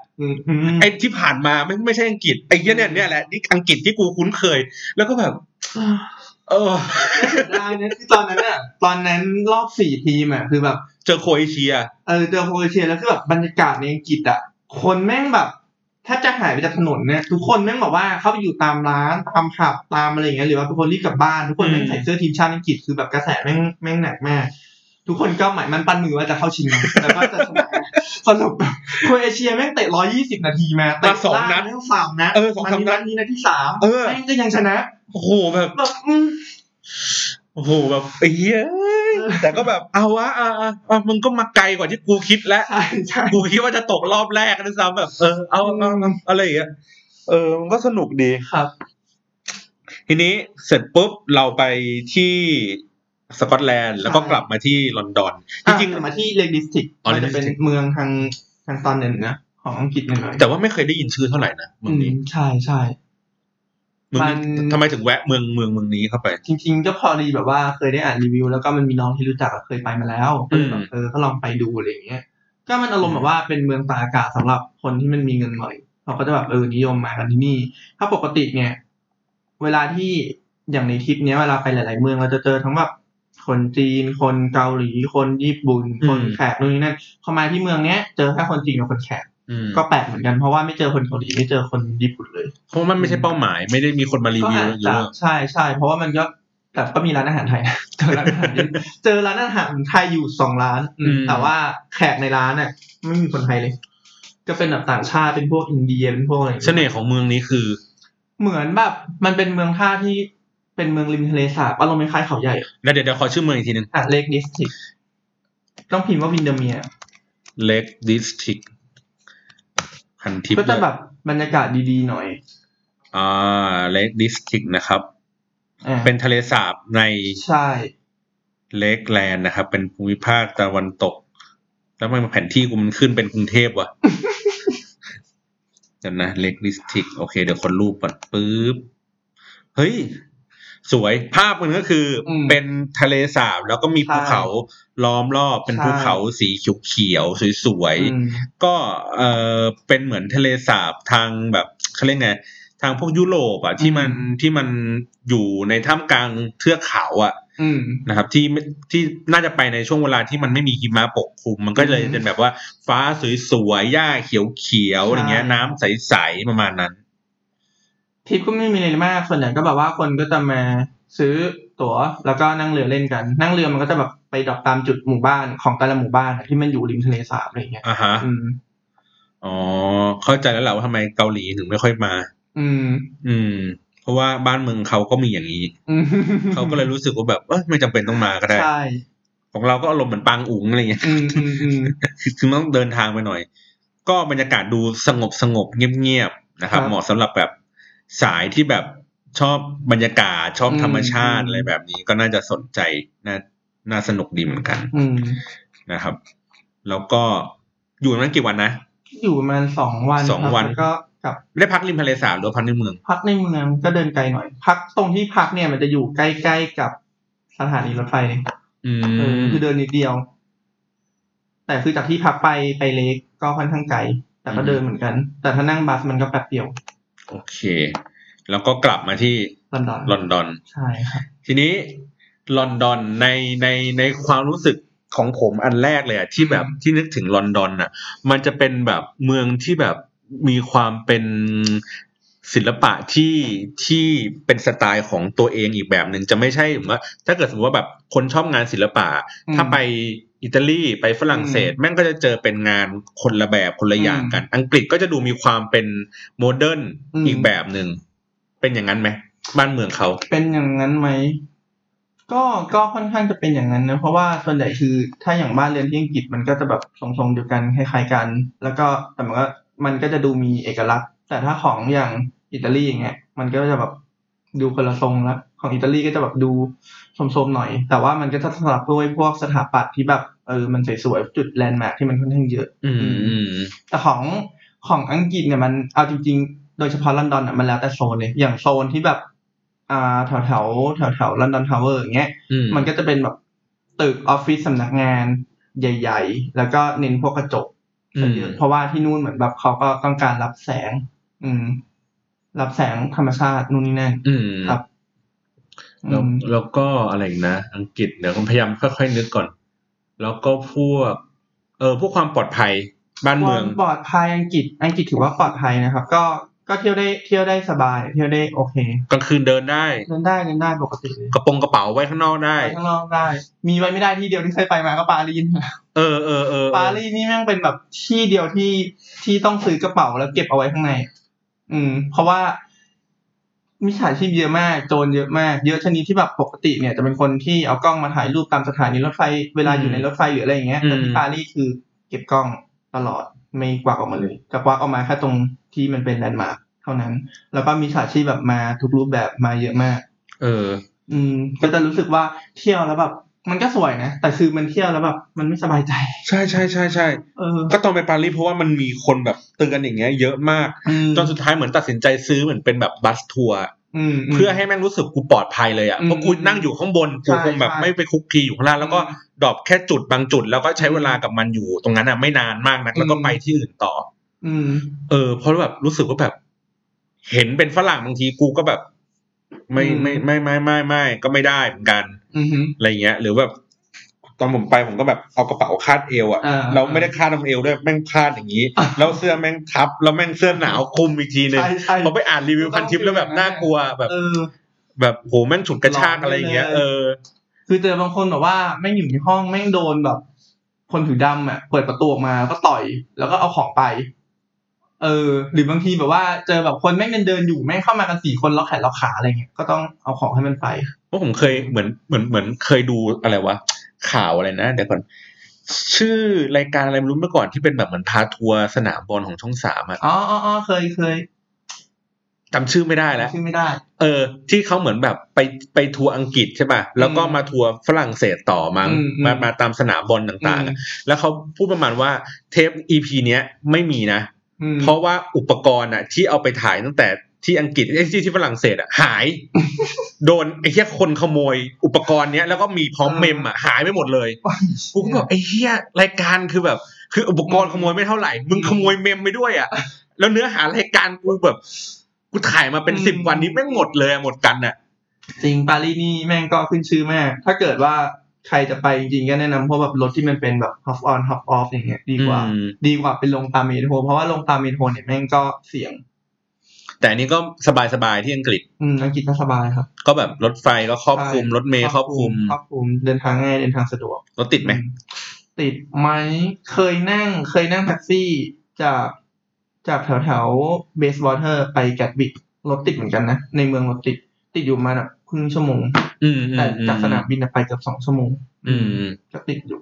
[SPEAKER 2] ไอ้ที่ผ่านมาไม่ไม่ใช่อังกฤษไอ้เหี้ยเนี่ยเนี่ยแหละนี่อังกฤษที่กูคุ้นเคย แล้วก็แบบ เออ
[SPEAKER 3] ได้นะคือตอนนั้นอ่ะตอนนั้นรอบสี่ทีมอ่ะคือแบบ
[SPEAKER 2] เจอโครเอเชีย
[SPEAKER 3] เออเจอโครเอเชียแล้วคือแบบบรรยากาศในอังกฤษอ่ะ คนแม่งแบบแทบจะหายไปจากถนนเนี่ยทุกคนแม่งบอกว่าเขาไปอยู่ตามร้านตามผับตามอะไรอย่างเงี้ยหรือว่าทุกคนรีบกลับบ้านทุกคนแม่ง
[SPEAKER 2] อืม
[SPEAKER 3] ใส่เสื้อทีมชาติอังกฤษคือแบบกระแสแม่งแม่งหนักมาก ทุกคนก็หมายมันปั้นมือว่าจะเข้าชิงนะแล้วก็จะชนะสรุ <laughs> ปแบบโครเอเชียแม่งเตะร้อยี่สิบนาทีมาเตะ
[SPEAKER 2] มาสองนัด
[SPEAKER 3] แม่งสามนัด
[SPEAKER 2] เออสองสามนัด
[SPEAKER 3] นนี้นัดที่สาม
[SPEAKER 2] เออ
[SPEAKER 3] แม่งก็ยังชนะ
[SPEAKER 2] โอ้โหแบบ
[SPEAKER 3] แบบอืม
[SPEAKER 2] โอ้โหแบบไอ้เหี้ยแต่ก็แบบเอาวะอ่ะอ่ะอ่ะมึงก็มาไกลกว่าที่กูคิดแล้ว
[SPEAKER 3] ใช่ใช่
[SPEAKER 2] กูคิดว่าจะตกรอบแรกด้วยซ้ำแบบเออเอาเอาเอาอะไรอย่างเงี้ยเออมันก็สนุกดี
[SPEAKER 3] ครับ
[SPEAKER 2] ทีนี้เสร็จปุ๊บเราไปที่สกอตแลนด์แล้วก็
[SPEAKER 3] ใช่
[SPEAKER 2] กลับมาที่ลอนดอนจ
[SPEAKER 3] จริ
[SPEAKER 2] ริ
[SPEAKER 3] ง
[SPEAKER 2] ง
[SPEAKER 3] ๆมาที่เลดิสติก
[SPEAKER 2] อ๋อ
[SPEAKER 3] มันจะเป็น
[SPEAKER 2] Lake District
[SPEAKER 3] เมืองทางทางตอนเหนือนะของอังกฤษหน่อย
[SPEAKER 2] ๆแต่ว่าไม่เคยได้ยินชื่อเท่าไหร่นะเมืองนี้
[SPEAKER 3] อืมใช่ใช่
[SPEAKER 2] เมืองนี้
[SPEAKER 3] มัน
[SPEAKER 2] ทำไมถึงแวะเมืองเมืองเมืองนี้เข้าไป
[SPEAKER 3] จริงๆก็พอดีแบบว่าเคยได้อ่านรีวิว แล้วก็มันมีน้องที่รู้จักอะเคยไปมาแล้วก็เลยแบ
[SPEAKER 2] อื
[SPEAKER 3] บ
[SPEAKER 2] ม
[SPEAKER 3] เออก็ลองไปดูอะไรอย่างเงี้ย ก็มันอารม
[SPEAKER 2] อื
[SPEAKER 3] ณ์
[SPEAKER 2] ม
[SPEAKER 3] แบบว่าเป็นเมืองตากอากาศสำหรับคนที่มันมีเงินหน่อยเขาก็จะแบบเออนิยมมากันที่นี่ ถ้าปกติเนี่ย เวลาที่อย่างในทริปเนี้ยเวลาไปหลาย ๆ เมืองเราจะเจอทั้งแบบคนจีน คนเกาหลี คนญี่ปุ่น คนแขกนู่นนี่นั่นพอมาที่เมืองเนี้ยเจอแค่คนจีนกับคนแขก
[SPEAKER 2] อืม
[SPEAKER 3] ก็แปลกเหมือนกันเพราะว่าไม่เจอคนเกาหลีไม่เจอคนญี่ปุ่นเลย
[SPEAKER 2] เพราะว่ามันไม่ใช่เป้าหมาย ไม่ได้มีคนมารี
[SPEAKER 3] ก็
[SPEAKER 2] วิว
[SPEAKER 3] อาจ
[SPEAKER 2] เย
[SPEAKER 3] จะ
[SPEAKER 2] อะ
[SPEAKER 3] ใช่ใช่เพราะว่ามันก็แต่ก็มีร้านอาหารไทยนะ <laughs> เจอร้านอาหารญี่ปุ่นเจอร้านอาหารไทยอยู่สองร้านอืมแต่ว่าแขกในร้านน่ะไม่มีคนไทยเลย ก็เป็นแบบต่างชาติเป็นพวกอินเดียเป็นพวกอะไรอย่าง
[SPEAKER 2] เส
[SPEAKER 3] เงี้ย
[SPEAKER 2] น่ห์ของเมืองนี้คือ
[SPEAKER 3] เหมือนแบบมันเป็นเมืองท่าที่เป็นเมืองริมทะเลสาบอารมณ์คล้ายๆเขาใหญ่
[SPEAKER 2] แล้วเดี๋ยวเดี๋ยวขอชื่อเมืองอีกทีนึง
[SPEAKER 3] อ่ะเลกดิสติกต้องพิมพ์ว่าวินเดอร์เมีย
[SPEAKER 2] Lake District พันทิป
[SPEAKER 3] ก็จะแบบบรรยากาศดีๆหน่อย
[SPEAKER 2] อ่า Lake District นะครับ
[SPEAKER 3] อ่ะ
[SPEAKER 2] เป็นทะเลสาบใน
[SPEAKER 3] ใช่
[SPEAKER 2] Lake Land นะครับ เป็นภูมิภาคตะวันตก แล้วมันแผนที่กูมันขึ้นเป็นกรุงเทพ
[SPEAKER 3] <laughs>
[SPEAKER 2] ว่ะ เดี๋ยวนะ Lake District โอเคเดี๋ยวคนรูปก่อนปึ๊บ เฮ้ย สวยภาพมันก็คืออ
[SPEAKER 3] ม
[SPEAKER 2] เป็นทะเลสาบ แล้วก็มี
[SPEAKER 3] ใช่
[SPEAKER 2] ภูเขาล้อมรอบเป็น
[SPEAKER 3] ใช่
[SPEAKER 2] ภูเขาสีเขียวๆสวย
[SPEAKER 3] อืม
[SPEAKER 2] ๆ ก็เออเป็นเหมือนทะเลสาบทางแบบเขาเรียกไง ทางพวกยุโรปอ่ะที่มัน
[SPEAKER 3] อืม
[SPEAKER 2] ที่มันอยู่ในท่ามกลางเทือกเขาอ่ะ
[SPEAKER 3] อืม
[SPEAKER 2] นะครับที่ไม่ที่น่าจะไปในช่วงเวลาที่มันไม่มีหิมะปกคลุม มันก็เลย
[SPEAKER 3] อืม
[SPEAKER 2] เป็นแบบว่าฟ้าสวยๆหญ้าเขียวๆอะไรเงี้ย
[SPEAKER 3] ใช่
[SPEAKER 2] น้ำใสๆประมาณนั้น
[SPEAKER 3] ทริปก็ไม่มีอะไรมาก ส่วนใหญ่ก็แบบว่าคนก็จะมาซื้อตั๋วแล้วก็นั่งเรือเล่นกัน นั่งเรือมันก็จะแบบไปดรอปตามจุดหมู่บ้านของแต่ละหมู่บ้านอะที่มันอยู่ริมทะเลสาบอะไรเงี้ย
[SPEAKER 2] อ่ะฮะ
[SPEAKER 3] อืม
[SPEAKER 2] อ๋อ เข้าใจแล้วแหละว่าทำไมเกาหลีถึงไม่ค่อยมา
[SPEAKER 3] อืม
[SPEAKER 2] อืม เพราะว่าบ้านเมืองเขาก็มีอย่างนี้
[SPEAKER 3] อืม
[SPEAKER 2] เขาก็เลยรู้สึกว่าแบบเอยไม่จำเป็นต้องมาก็ได้
[SPEAKER 3] <laughs> ใช่
[SPEAKER 2] ของเราก็อารมณ์เหมือนปางอุ๋งอะไรเงี้ย
[SPEAKER 3] อืมอืมอืม
[SPEAKER 2] คือคือมันต้องเดินทางไปหน่อย ก็บรรยากาศดูสงบสงบเงียบๆนะครับ
[SPEAKER 3] ครับ
[SPEAKER 2] เหมาะสำหรับแบบสายที่แบบชอบบรรยากาศชอบ
[SPEAKER 3] อืม
[SPEAKER 2] ธรรมชาติ
[SPEAKER 3] อืม
[SPEAKER 2] อะไรแบบนี้ ก็น่าจะสนใจน่าน่าสนุกดีเหมือนกัน
[SPEAKER 3] อืม
[SPEAKER 2] นะครับ แล้วก็อยู่นั้นกี่วันนะ
[SPEAKER 3] อยู่ประมาณสองวัน
[SPEAKER 2] สอง
[SPEAKER 3] ครับ
[SPEAKER 2] วัน
[SPEAKER 3] แล้วก็ ครับ
[SPEAKER 2] ได้พักริมทะเลสาบหรือว่าพักในเมือง
[SPEAKER 3] พักในเมืองก็เดินไกลหน่อย พักตรงที่พักเนี่ยมันจะอยู่ใกล้ๆกับสถานีรถไฟเลย
[SPEAKER 2] อื
[SPEAKER 3] เออ
[SPEAKER 2] ม
[SPEAKER 3] คือเดินนิดเดียว แต่คือจากที่พักไปไปเลกก็ค่อนข้างไกล แต่ก็เดินเหมือนกัน แต่ถ้านั่งบัสมันก็แป๊บเดียว
[SPEAKER 2] โอเค แล้วก็กลับมาที่
[SPEAKER 3] ลอนดอน
[SPEAKER 2] ลอนดอน
[SPEAKER 3] ใช่ครับ
[SPEAKER 2] ทีนี้ลอนดอนในในในความรู้สึกของผมอันแรกเลยอะที่แบบ
[SPEAKER 3] อืม
[SPEAKER 2] ที่นึกถึงลอนดอนอะมันจะเป็นแบบเมืองที่แบบมีความเป็นศิลปะที่ที่เป็นสไตล์ของตัวเองอีกแบบหนึ่งจะไม่ใช่ว่า ถ้าเกิดสมมติว่าแบบคนชอบงานศิลปะ ถ้าไปอิตาลีไปฝรั่งเศส แม่งก็จะเจอเป็นงานคนละแบบคนละอย่างกัน อังกฤษก็จะดูมีความเป็นโมเดิร์น
[SPEAKER 3] อืม
[SPEAKER 2] อีกแบบหนึ่งเป็นอย่างนั้นไหมบ้านเมืองเขา
[SPEAKER 3] เป็นอย่างนั้นไหม ก็ก็ค่อนข้างจะเป็นอย่างนั้นนะ เพราะว่าส่วนใหญ่คือถ้าอย่างบ้านเรียนที่อังกฤษมันก็จะแบบทรงๆเดียวกันคล้ายๆกัน แล้วก็แต่มันก็มันก็จะดูมีเอกลักษณ์ แต่ถ้าของอย่างอิตาลีอย่างเงี้ยมันก็จะแบบดูคนละทรงละของอิตาลีก็จะแบบดูสมๆหน่อย แต่ว่ามันก็จะสลับด้วยพวกสถาปัตย์ที่แบบเออมันสวยๆจุดแลนด์มาร์คที่มันค่อนข้างเยอะ
[SPEAKER 2] อืมอืม
[SPEAKER 3] แต่ของของอังกฤษเนี่ยมันเอาจริงๆ โดยเฉพาะลอนดอนอ่ะมันแล้วแต่โซนเลยอย่างโซนที่แบบ อ่าแถวแถวแถวแถวลอนดอนทาวเวอร์อย่างเงี้ย
[SPEAKER 2] อืม
[SPEAKER 3] มันก็จะเป็นแบบตึกออฟฟิศสำนักงานใหญ่ ๆ แล้วก็เน้นพวกกระจกซะเยอะเพราะว่าที่นู่นเหมือนแบบเขาก็ต้องการรับแสง อืม รับแสงธรรมชาตินู่นนี่นั่น
[SPEAKER 2] อืม
[SPEAKER 3] ครับ
[SPEAKER 2] แล้ว
[SPEAKER 3] อืม
[SPEAKER 2] แล้วก็อะไรอีกนะ อังกฤษเดี๋ยวผมพยายามค่อยๆนึกก่อน แล้วก็พวก เออพวกความปลอดภัยบ้านเมือง
[SPEAKER 3] ความปลอดภัยอังกฤษ อังกฤษถือว่าปลอดภัยนะครับ ก็ก็เที่ยวได้เที่ยวได้สบาย เที่ยวได้โอเค
[SPEAKER 2] กลางคืนเดินได้
[SPEAKER 3] เดินได้เดินได้ปกติเลย
[SPEAKER 2] กระโปรงกระเป๋าไว้ข้างนอกได้
[SPEAKER 3] ไปข้างนอกได้ มีไว้ไม่ได้ที่เดียวที่เคยไปมาก็ปารีส
[SPEAKER 2] เออเออเออเออ
[SPEAKER 3] ปารีสนี่แม่งเป็นแบบที่เดียวที่ที่ต้องซื้อกระเป๋าแล้วเก็บเอาไว้ข้างใน อืม เพราะว่ามิจฉาชีพเยอะมาก โจรเยอะมาก เยอะชนิดที่แบบปกติเนี่ยจะเป็นคนที่เอากล้องมาถ่ายรูปตามสถานีรถไฟเวลาอยู่ในรถไฟหรืออะไรอย่างเงี้ยแต่ที่ปารีสคือเก็บกล้องตลอดไม่กวาดออกมาเลยจะกวาดออกมาแค่ตรงที่มันเป็นแลนด์มาร์คเท่านั้น แล้วก็มีฉาชีพแบบมาทุกรูปแบบมาเยอะมาก
[SPEAKER 2] เออ
[SPEAKER 3] อืมก็จะรู้สึกว่าเที่ยวแล้วแบบ มันก็สวยนะ แต่คือมันเที่ยวแล้วแบบ มันไม่สบายใจ
[SPEAKER 2] ใช่ใช่ใช่ใช่
[SPEAKER 3] เออ
[SPEAKER 2] ก็ตอนไปปารีสเพราะว่ามันมีคนแบบเตือนอย่างเงี้ยเยอะมาก
[SPEAKER 3] อืม
[SPEAKER 2] จนสุดท้ายเหมือนตัดสินใจซื้อเหมือนเป็นแบบบัสทัวร์
[SPEAKER 3] อืม
[SPEAKER 2] เพื่อให้แม่งรู้สึกกูปลอดภัยเลยอ่ะ
[SPEAKER 3] อืม
[SPEAKER 2] เพราะกูนั่งอยู่ข้างบนกู
[SPEAKER 3] ใช่
[SPEAKER 2] คงแบบ
[SPEAKER 3] ใช่
[SPEAKER 2] ไม่ไปคุกคีอยู่ข้างล่างแล้วก็
[SPEAKER 3] อืม
[SPEAKER 2] ดรอปแค่จุดบางจุด แล้วก็ใช้เวลากับมันอยู่ตรงนั้นอ่ะไม่นานมากนักแล้วก็
[SPEAKER 3] อืม
[SPEAKER 2] ไปที่อื่นต่อ
[SPEAKER 3] อืม
[SPEAKER 2] เออเพราะแบบรู้สึกว่าแบบ เห็นเป็นฝรั่งบางทีกูก็แบบ ไม่
[SPEAKER 3] อืม
[SPEAKER 2] ไม่ไม่ไม่ไม่ไม่ก็ไม่ได้เหมือนกัน
[SPEAKER 3] อืมฮึ
[SPEAKER 2] อะไรเงี้ย หรือแบบตอนผมไปผมก็แบบเอากระเป๋าคาดเอวอ่ะ
[SPEAKER 3] อ่า
[SPEAKER 2] เราไม่ได้คาดตรงเอวด้วยแม่งคาดอย่างนี้
[SPEAKER 3] อ่า
[SPEAKER 2] แล้วเสื้อแม่งทับ แล้วแม่งเสื้อหนาวคลุมอีกทีหนึง
[SPEAKER 3] ใช่ใช่
[SPEAKER 2] พอไปอ่านรีวิวพันทิปแล้วแบบน่ากลัวแบบ
[SPEAKER 3] เออ
[SPEAKER 2] แบบโหแม่งฉุดกระชากอะไรอย่างเงี้ย
[SPEAKER 3] หลอก
[SPEAKER 2] เอ
[SPEAKER 3] ไปเล
[SPEAKER 2] อ
[SPEAKER 3] ยคือเจอบางคนแบบว่าแม่งอยู่ในห้องแม่งโดนแบบ คนผิวดำอ่ะเปิดประตูออกมาแล้วก็ต่อยแล้วก็เอาของไป เออ หรือบางทีแบบว่าเจอแบบคนแม่งเดินเดินๆอยู่แม่งเข้ามากันสี่คนล็อกแขนล็อกขาอะไรเงี้ยก็ต้องเอาของให้มันไป
[SPEAKER 2] เพราะผมเคยเหมือนเหมือนเหมือนเคยดูอะไรวะข่าวอะไรนะเดี๋ยวก่อน ชื่อรายการอะไรไม่รู้เมื่อก่อนที่เป็นแบบเหมือนพาทัวร์สนามบอลของช่องสามอะ
[SPEAKER 3] อ๋ออ๋ออ๋อเคยเคย
[SPEAKER 2] จำชื่อไม่ได้แล้ว
[SPEAKER 3] ชื่อไม่ได้
[SPEAKER 2] เออ ที่เขาเหมือนแบบไปไปทัวร์อังกฤษใช่ป่ะแล้วก็มาทัวร์ฝรั่งเศสต่อมั้ง
[SPEAKER 3] อืมอืม
[SPEAKER 2] มามาตามสนามบอลต่างๆอะแล้วเขาพูดประมาณว่าเทป EP เนี้ยไม่มีนะ
[SPEAKER 3] อืม
[SPEAKER 2] เพราะว่าอุปกรณ์อ่ะ ที่เอาไปถ่ายตั้งแต่ที่อังกฤษไอ้ที่ที่ฝรั่งเศสอ่ะหาย โดนไอ้เหี้ยคนขโมย อุปกรณ์เนี้ยแล้วก็มีพร้อม
[SPEAKER 3] เออ
[SPEAKER 2] เมมอ่ะหายไปหมดเลยกูก็แบบไอ้เหี้ยรายการคือแบบ คืออุปกรณ์ขโมยไม่เท่าไหร่ มึงขโมยเมมไปด้วยอ่ะ แล้วเนื้อหารายการกูแบบกูถ่ายมาเป็น
[SPEAKER 3] อืม
[SPEAKER 2] สิบวันนี้แม่งหมดเลยอะหมดกันอ่ะ
[SPEAKER 3] จริงปารีสนี่แม่งก็ขึ้นชื่อมาก ถ้าเกิดว่าใครจะไปจริงๆก็แนะนำพวกแบบรถที่มันเป็นแบบ hop on hop off อย่างเงี้ยดีกว่า
[SPEAKER 2] อืม
[SPEAKER 3] ดีกว่าเป็นลงตามเมโทรเพราะว่าลงตามเมโทรเนี่ยแม่งก็เสี่ยง
[SPEAKER 2] แต่อันนี้ก็สบายๆที่อังกฤษ
[SPEAKER 3] อืมอังกฤษก็สบายครับ
[SPEAKER 2] ก็แบบรถไฟก็ครอบคลุม
[SPEAKER 3] ใช่
[SPEAKER 2] รถเมล์ครอบคลุม
[SPEAKER 3] ครอบคลุมเดินทางง่ายเดินทางสะดวก
[SPEAKER 2] รถติดไหม
[SPEAKER 3] อืติดไหมเคยนั่ง เคยนั่งแท็กซี่จากจากแถวแถวเบสวอเตอร์ไปแกตวิกรถติดเหมือนกันนะ ในเมืองรถติดติดอยู่ประมาณแบบครึ่งชั่วโมง
[SPEAKER 2] อืม
[SPEAKER 3] แต่
[SPEAKER 2] อืม
[SPEAKER 3] จากสนามบินน่ะไปเกือบสองชั่วโมง
[SPEAKER 2] อืม
[SPEAKER 3] ก็ติดอยู่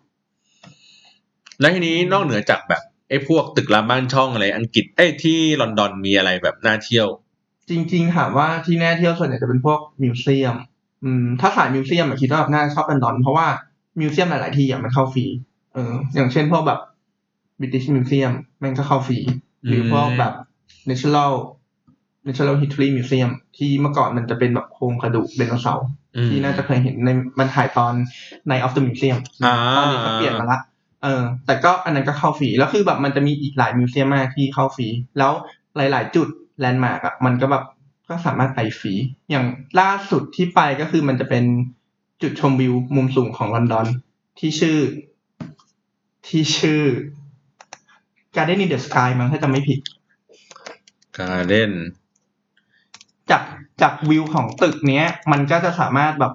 [SPEAKER 2] แล้วทีนี้นอกเหนือจากแบบไอ้พวกตึกรามบ้านช่องอะไรอังกฤษเอ้ยที่ลอนดอนมีอะไรแบบน่าเที่ยว
[SPEAKER 3] จริงๆถามว่าที่แน่าเที่ยวส่วนใหญ่จะเป็นพวกมิวเซียม อืม ถ้าสายมิวเซียมอะคิดว่าน่าชอบลอนดอน เพราะว่ามิวเซียมหลายๆที่อะมันเข้าฟรี เออ อย่างเช่นพวกแบบบิ i ิชมิวเซียมมันก็เข้าฟรี หรือพวกแบบ National National History Museum ที่เมื่อก่อนมันจะเป็นแบบโครงกระดูกไดโนเสาร์
[SPEAKER 2] อืม
[SPEAKER 3] ที่น่าจะเคยเห็นในมันถ่ายตอนใน of the museum
[SPEAKER 2] อ่า
[SPEAKER 3] ตอนนี้เขาเปลี่ยนมาละเออ แต่ก็อันนั้นก็เข้าฟรีแล้วคือแบบมันจะมีอีกหลายมิวเซียมมากที่เข้าฟรีแล้วหลาย ๆ จุดแลนด์มาร์กอะมันก็แบบก็สามารถไปฟรีอย่างล่าสุดที่ไปก็คือมันจะเป็นจุดชมวิวมุมสูงของลอนดอนที่ชื่อ ที่ชื่อ Garden in the Sky มั้งถ้าจำไม่ผิด
[SPEAKER 2] การเล่น
[SPEAKER 3] จากจากวิวของตึกเนี้ย มันก็จะสามารถแบบ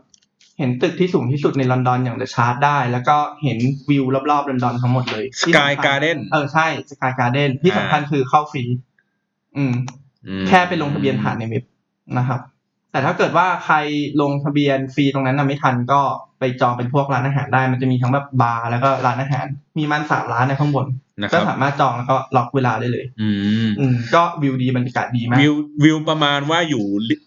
[SPEAKER 3] เห็นตึกที่สูงที่สุดในลอนดอนอย่างเดอะชาร์ดได้ แล้วก็เห็นวิวรอบๆลอนดอนทั้งหมดเลยที่สำ
[SPEAKER 2] Sky
[SPEAKER 3] คัญ
[SPEAKER 2] Garden
[SPEAKER 3] เออใช่สกายการ์เด้นที่สำคัญคือเข้าฟรีอืม
[SPEAKER 2] อืม
[SPEAKER 3] แค่ไปลงทะเบียนผ่านในเว็บนะครับ แต่ถ้าเกิดว่าใครลงทะเบียนฟรีตรงนั้นนะไม่ทันก็ไปจองเป็นพวกร้านอาหารได้ มันจะมีทั้งแบบบาร์แล้วก็ร้านอาหาร มีมันสามร้านในข้างบน
[SPEAKER 2] นะค
[SPEAKER 3] ก็
[SPEAKER 2] รับ
[SPEAKER 3] สามารถจองแล้วก็ล็อกเวลาได้เลย
[SPEAKER 2] อืม
[SPEAKER 3] อืม ก็วิวดีบรรยากาศดีมาก
[SPEAKER 2] วิววิวประมาณว่าอยู่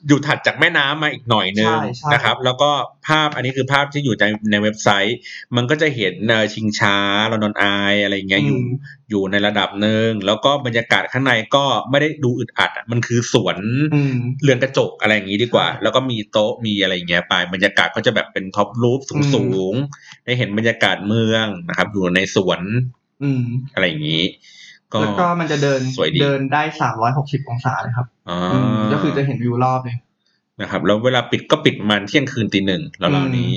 [SPEAKER 2] อยู่ถัดจากแม่น้ำมาอีกหน่อยนึง
[SPEAKER 3] ใช่ใช่
[SPEAKER 2] นะครับ แล้วก็ภาพอันนี้คือภาพที่อยู่ในในเว็บไซต์ มันก็จะเห็นเอ่อชิงช้าลอนดอนไออะไรอย่างเงี้ยอยู่
[SPEAKER 3] ม
[SPEAKER 2] อยู่ในระดับหนึ่งแล้วก็บรรยากาศข้างในก็ไม่ได้ดูอึดอัดอะมันคือสวน
[SPEAKER 3] อืม
[SPEAKER 2] เรือนกระจกอะไรอย่างงี้ดีกว่า
[SPEAKER 3] ใช่
[SPEAKER 2] แล้วก็มีโต๊ะมีอะไรอย่างเงี้ยไปบรรยากาศก็จะแบบเป็นท็อปรูฟสูง
[SPEAKER 3] อื
[SPEAKER 2] สู
[SPEAKER 3] ม
[SPEAKER 2] งๆได้เห็นบรรยากาศเมืองนะครับ อยู่ในสวน
[SPEAKER 3] อืม
[SPEAKER 2] อะไรอย่างงี้ ก็
[SPEAKER 3] แล้วก็มันจะเดิน
[SPEAKER 2] สวยดี
[SPEAKER 3] เดินได้สามร้อยหกสิบองศาเลยครับ
[SPEAKER 2] อ่า
[SPEAKER 3] อืมก็คือจะเห็นวิวรอบเลย
[SPEAKER 2] นะครับแล้วเวลาปิดก็ปิดประมันเที่ยงคืนตีหนึ่งแล้วเราวๆนี้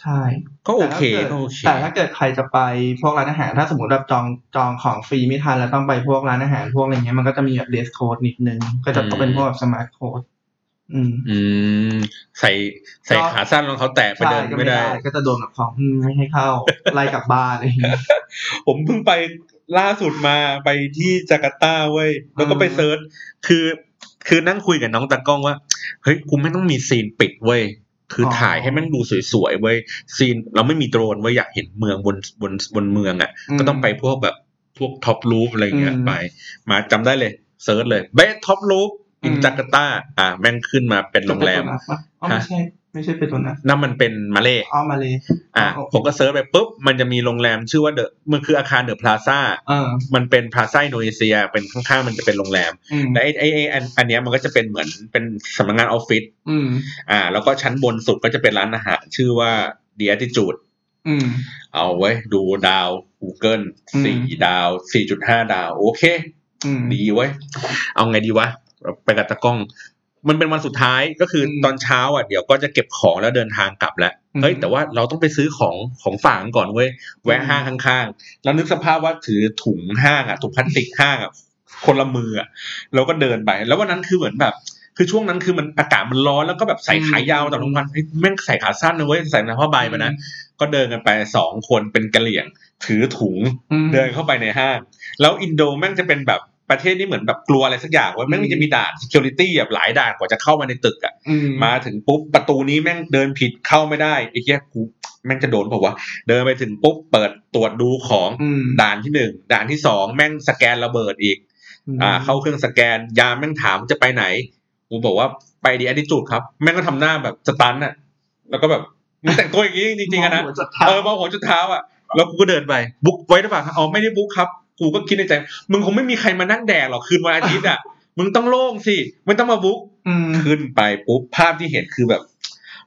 [SPEAKER 3] ใช่
[SPEAKER 2] ก็โอเคก็
[SPEAKER 3] แต่ถ้า
[SPEAKER 2] โอ
[SPEAKER 3] กิด
[SPEAKER 2] เค
[SPEAKER 3] แต่ถ้าเกิดใครจะไปพวกร้านอาหาร ถ้าสมมติแบบจองจองของฟรีไม่ทันแล้วต้องไปพวกร้านอาหาร พวกอะไรเงี้ยมันก็จะมีแบบเดสโค้ดนิดนึง ก็จะต้องเป็นพวกแบบสมาร์ทโค้ดอืม
[SPEAKER 2] อืม ใส่ใส่
[SPEAKER 3] ก็
[SPEAKER 2] ขาสั้นรองเท้าแตะไปเดิน
[SPEAKER 3] ใช่ก็
[SPEAKER 2] ไม่ได้
[SPEAKER 3] ก็จะโดนแบบของอืมไม่ให้เข้า ไล่กลับบ้านอะไรเงี้ย
[SPEAKER 2] ผมเพิ่งไปล่าสุดมาไปที่จาการ์ตาเว้ยแล้วก็ไป
[SPEAKER 3] อืม
[SPEAKER 2] เซิร์ชคือ คือนั่งคุยกับน้องตากล้องว่า เฮ้ยกูไม่ต้องมีซีนปิดเว้ยคือถ่ายให้แมันดูสวยๆเว้ยซีนเราไม่มีโดรนเว้ยอยากเห็นเมืองบนบนบนเมืองอ่ะ ก็ต้องไปพวกแบบพวกท็อปรูฟอะไรอย่างเงี้ย
[SPEAKER 3] อืม
[SPEAKER 2] ไป มาจำได้เลยเซิร์ชเลยเบสท็อปรูฟ
[SPEAKER 3] อื
[SPEAKER 2] อิ
[SPEAKER 3] ม
[SPEAKER 2] นจาการ์ตาอ่าแม่งขึ้นมาเป็นโรงแรม
[SPEAKER 3] จะไปตัวนะปะอ๋อไม่ใช่ ไม่ใช่เป็นตัวนะ
[SPEAKER 2] นั่นมันเป็นมาเล่
[SPEAKER 3] อ้อมาเลย
[SPEAKER 2] อ่ะ
[SPEAKER 3] อ๋อ
[SPEAKER 2] ผมก็เซิร์ชไปปุ๊บ มันจะมีโรงแรมชื่อว่าเดอะมันคืออาคารเดอะพลาซ่า
[SPEAKER 3] เออ
[SPEAKER 2] มันเป็นพลาซ่าอินโดนีเซีย เป็นข้างๆมันจะเป็นโรงแรม
[SPEAKER 3] อืม
[SPEAKER 2] และไอ้ไอ้ไอ้อันอันเนี้ยมันก็จะเป็นเหมือนเป็นสำนักงานออฟฟิศ
[SPEAKER 3] อืม
[SPEAKER 2] อ่า แล้วก็ชั้นบนสุดก็จะเป็นร้านอาหารชื่อว่า The Attitude
[SPEAKER 3] อืม
[SPEAKER 2] เอาไว้ยดูดาว Google
[SPEAKER 3] อืม
[SPEAKER 2] สี่ดาว 4.5 ดาว โอเค
[SPEAKER 3] อืม
[SPEAKER 2] ดีเว้ย เอาไงดีวะ ไปกับตะกล้อง มันเป็นวันสุดท้ายก็คืออ
[SPEAKER 3] ม
[SPEAKER 2] ตอนเช้าอ่ะเดี๋ยวก็จะเก็บของแล้วเดินทางกลับแล้ว
[SPEAKER 3] อืม
[SPEAKER 2] เฮ้ย แต่ว่าเราต้องไปซื้อของของฝากก่อนเว้ย แวะห้างข้างๆ แล้วนึกสภาพว่าถือถุงห้างอ่ะถุงพลาสติกห้างอ่ะคนละมืออ่ะเราก็เดินไป แล้ววันนั้นคือเหมือนแบบ คือช่วงนั้นคือมันอากาศมันร้อนแล้วก็แบบใส่ขายาวแต่ลงวันเฮ้ยแม่งใส่ขาสั้นนะเว้ยใส่ผ้าใบมานะก็เดินกันไปสองคนเป็นกะเหลี่ยง ถือถุง
[SPEAKER 3] อืม
[SPEAKER 2] เดินเข้าไปในห้าง แล้วอินโดแม่งจะเป็นแบบประเทศที่เหมือนแบบกลัวอะไรสักอย่างเว่าแม่ง
[SPEAKER 3] อืม
[SPEAKER 2] จะมีด่าน security แบบหลายด่านกว่าจะเข้ามาในตึกอ่ะ
[SPEAKER 3] อืม
[SPEAKER 2] มาถึงปุ๊บประตูนี้แม่งเดินผิดเข้าไม่ได้ไอ้เหี้ยกูแม่งจะโดนเปล่าวะเดินไปถึงปุ๊บเปิดตรวจดูของ
[SPEAKER 3] อืม
[SPEAKER 2] ด่านที่หนึ่งด่านที่สองแม่งสแกนระเบิดอีก อ่า เข้าเครื่องสแกนยามแม่งถามจะไปไหนกูบอกว่าไปดีอ t ติจูดครับ แม่งก็ทำหน้าแบบสตันน่ะ แล้วก็แบบมึงแต่งตัวอย่างนี้จริงๆอะนะ
[SPEAKER 3] มหัวจดเท้า
[SPEAKER 2] เออมองหัวจุดเท้าอ่ะแล้วกูก็เดินไป บุ๊กไว้หรือเปล่าครับอ๋อไม่ได้บุ๊กครับ กูก็คิดในใจ มึงคงไม่มีใครมานั่งแดกหรอกคืนวันอาทิตย์อ่ะ <laughs> มึงต้องโล่งสิมึงต้องมาบุ๊ก
[SPEAKER 3] อืม
[SPEAKER 2] ขึ้นไปปุ๊บภาพที่เห็นคือแบบ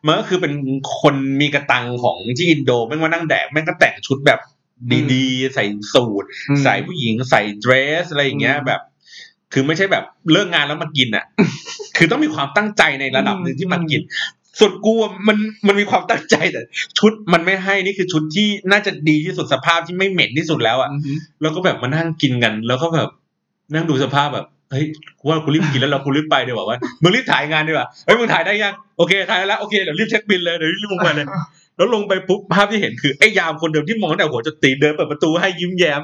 [SPEAKER 2] มันก็คือเป็นคนมีกระตังของที่อินโดแม่งมานั่งแดกแม่งก็แต่งชุดแบบดีๆ ใส่สูทใส่ผู้หญิงใส่เดรสอะไรอย่างเงี้ย
[SPEAKER 3] อืม
[SPEAKER 2] แบบ คือไม่ใช่แบบเลิกงานแล้วมากินอ่ะ คือต้องมีความตั้งใจในระดับหนึ่งที่มากิน ส่วนกูอะมันมันมีความตั้งใจแต่ชุดมันไม่ให้นี่คือชุดที่น่าจะดีที่สุดสภาพที่ไม่เหม็นที่สุดแล้วอะ่ะ แล้วก็แบบมานั่งกินกัน แล้วก็แบบนั่งดูสภาพแบบเฮ้ยกูว่ากูรีบกินแล้วเรากูรีบไปดีกว่าว่ามึงรีบถ่ายงานดีกว่าเฮ้ยมึงถ่ายได้ยังโอเคถ่ายได้แล้วโอเคเดี๋ยวรีบเช็คบินเลยเดี๋ยวรีบลงมาเลย แล้วลงไปปุ๊บภาพที่เห็นคือไอ้ยามคนเดิมที่มองตั้งแต่หัวจนตีนเดินเปิดประตูให้ยิ้มแย้ม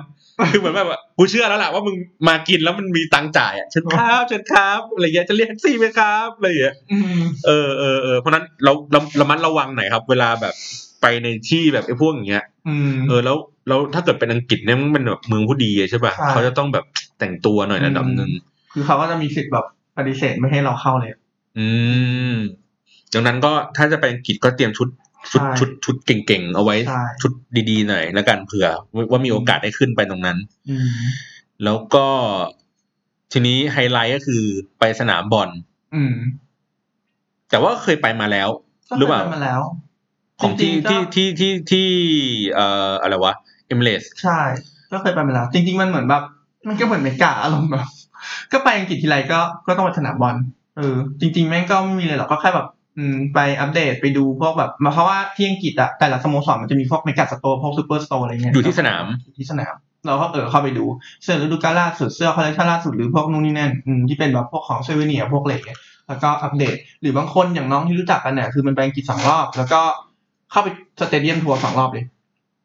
[SPEAKER 2] คือเหมือนแบบว่ากูเชื่อแล้วล่ะว่ามึงมากินแล้วมันมีตังค์จ่ายอ่ะเชิญครับเชิญครับอะไรอย่างเงี้ยจะเรียกแท็กซี่ไหมครับอะไรอย่างเงี้ย
[SPEAKER 3] อืม
[SPEAKER 2] เออเออเออเพราะฉะนั้นเราเราระมัดระวังหน่อยครับ เวลาแบบไปในที่แบบไอ้พวกอย่างเงี้ย
[SPEAKER 3] อืม
[SPEAKER 2] เออแล้วแล้วถ้าเกิดเป็นอังกฤษเนี่ยมันเป็นแบบเมืองผู้ดีอะใช่ป่ะ
[SPEAKER 3] ใช่
[SPEAKER 2] เขาจะต้องแบบแต่งตัวหน่อย
[SPEAKER 3] อืม
[SPEAKER 2] ระดับหนึ่ง
[SPEAKER 3] คือเขาก็จะมีสิทธิ์แบบปฏิเสธไม่ให้เราเข้าเลย
[SPEAKER 2] อืมดังนั้นก็ถ้าจะไปอังกฤษก็เตรียมชุดชุด
[SPEAKER 3] ใช่
[SPEAKER 2] ชุดชุดเก่งๆเอาไว้
[SPEAKER 3] ใช่
[SPEAKER 2] ชุดดีๆหน่อยแล้วกันเผื่อว่าว่ามีโอกาสได้ขึ้นไปตรงนั้น
[SPEAKER 3] อืม
[SPEAKER 2] แล้วก็ ทีนี้ไฮไลท์ก็คือไปสนามบอล
[SPEAKER 3] อืม
[SPEAKER 2] แต่ว่าเคยไปมาแล้ว
[SPEAKER 3] ก็
[SPEAKER 2] หรือเปล่า
[SPEAKER 3] คยไปมาแล้ว
[SPEAKER 2] ของที่
[SPEAKER 3] จริ
[SPEAKER 2] ที่
[SPEAKER 3] งๆก็
[SPEAKER 2] ที่ที่ที่เอ่ออะไรวะเอมเลส
[SPEAKER 3] ใช่ ก็เคยไปมาแล้ว จริง ๆ มันเหมือนแบบ มันก็เหมือนเมกาอารมณ์แบบ ก็ไปอังกฤษทีไรก็ก็ต้องไปสนามบอลเออจริง ๆ แม่งก็ไม่มีเลยหรอกก็แค่แบบ อืม ไปอัปเดตไปดูพวกแบบหมายความว่าที่อังกฤษอะแต่ละสโมสรมันจะมีพวกเมกาสโตร์พวกซูเปอร์สโตร์อะไรเงี้ย
[SPEAKER 2] อยู่ที่สนาม
[SPEAKER 3] อยู่ที่สนาม เราก็เออเข้าไปดูเสื้อฤดูกาลล่าสุดเสื้อคอลเลคชันล่าสุดหรือพวกนู่นนี่นั่นอืมที่เป็นแบบพวกของเซเวเนียพวกอะไรเงี้ย แล้วก็อัปเดต หรือบางคนอย่างน้องที่รู้จักกันเนี่ยคือมันไปอังกฤษสองรอบ แล้วก็เข้าไปสเตเดียมทัวร์สองรอบเลย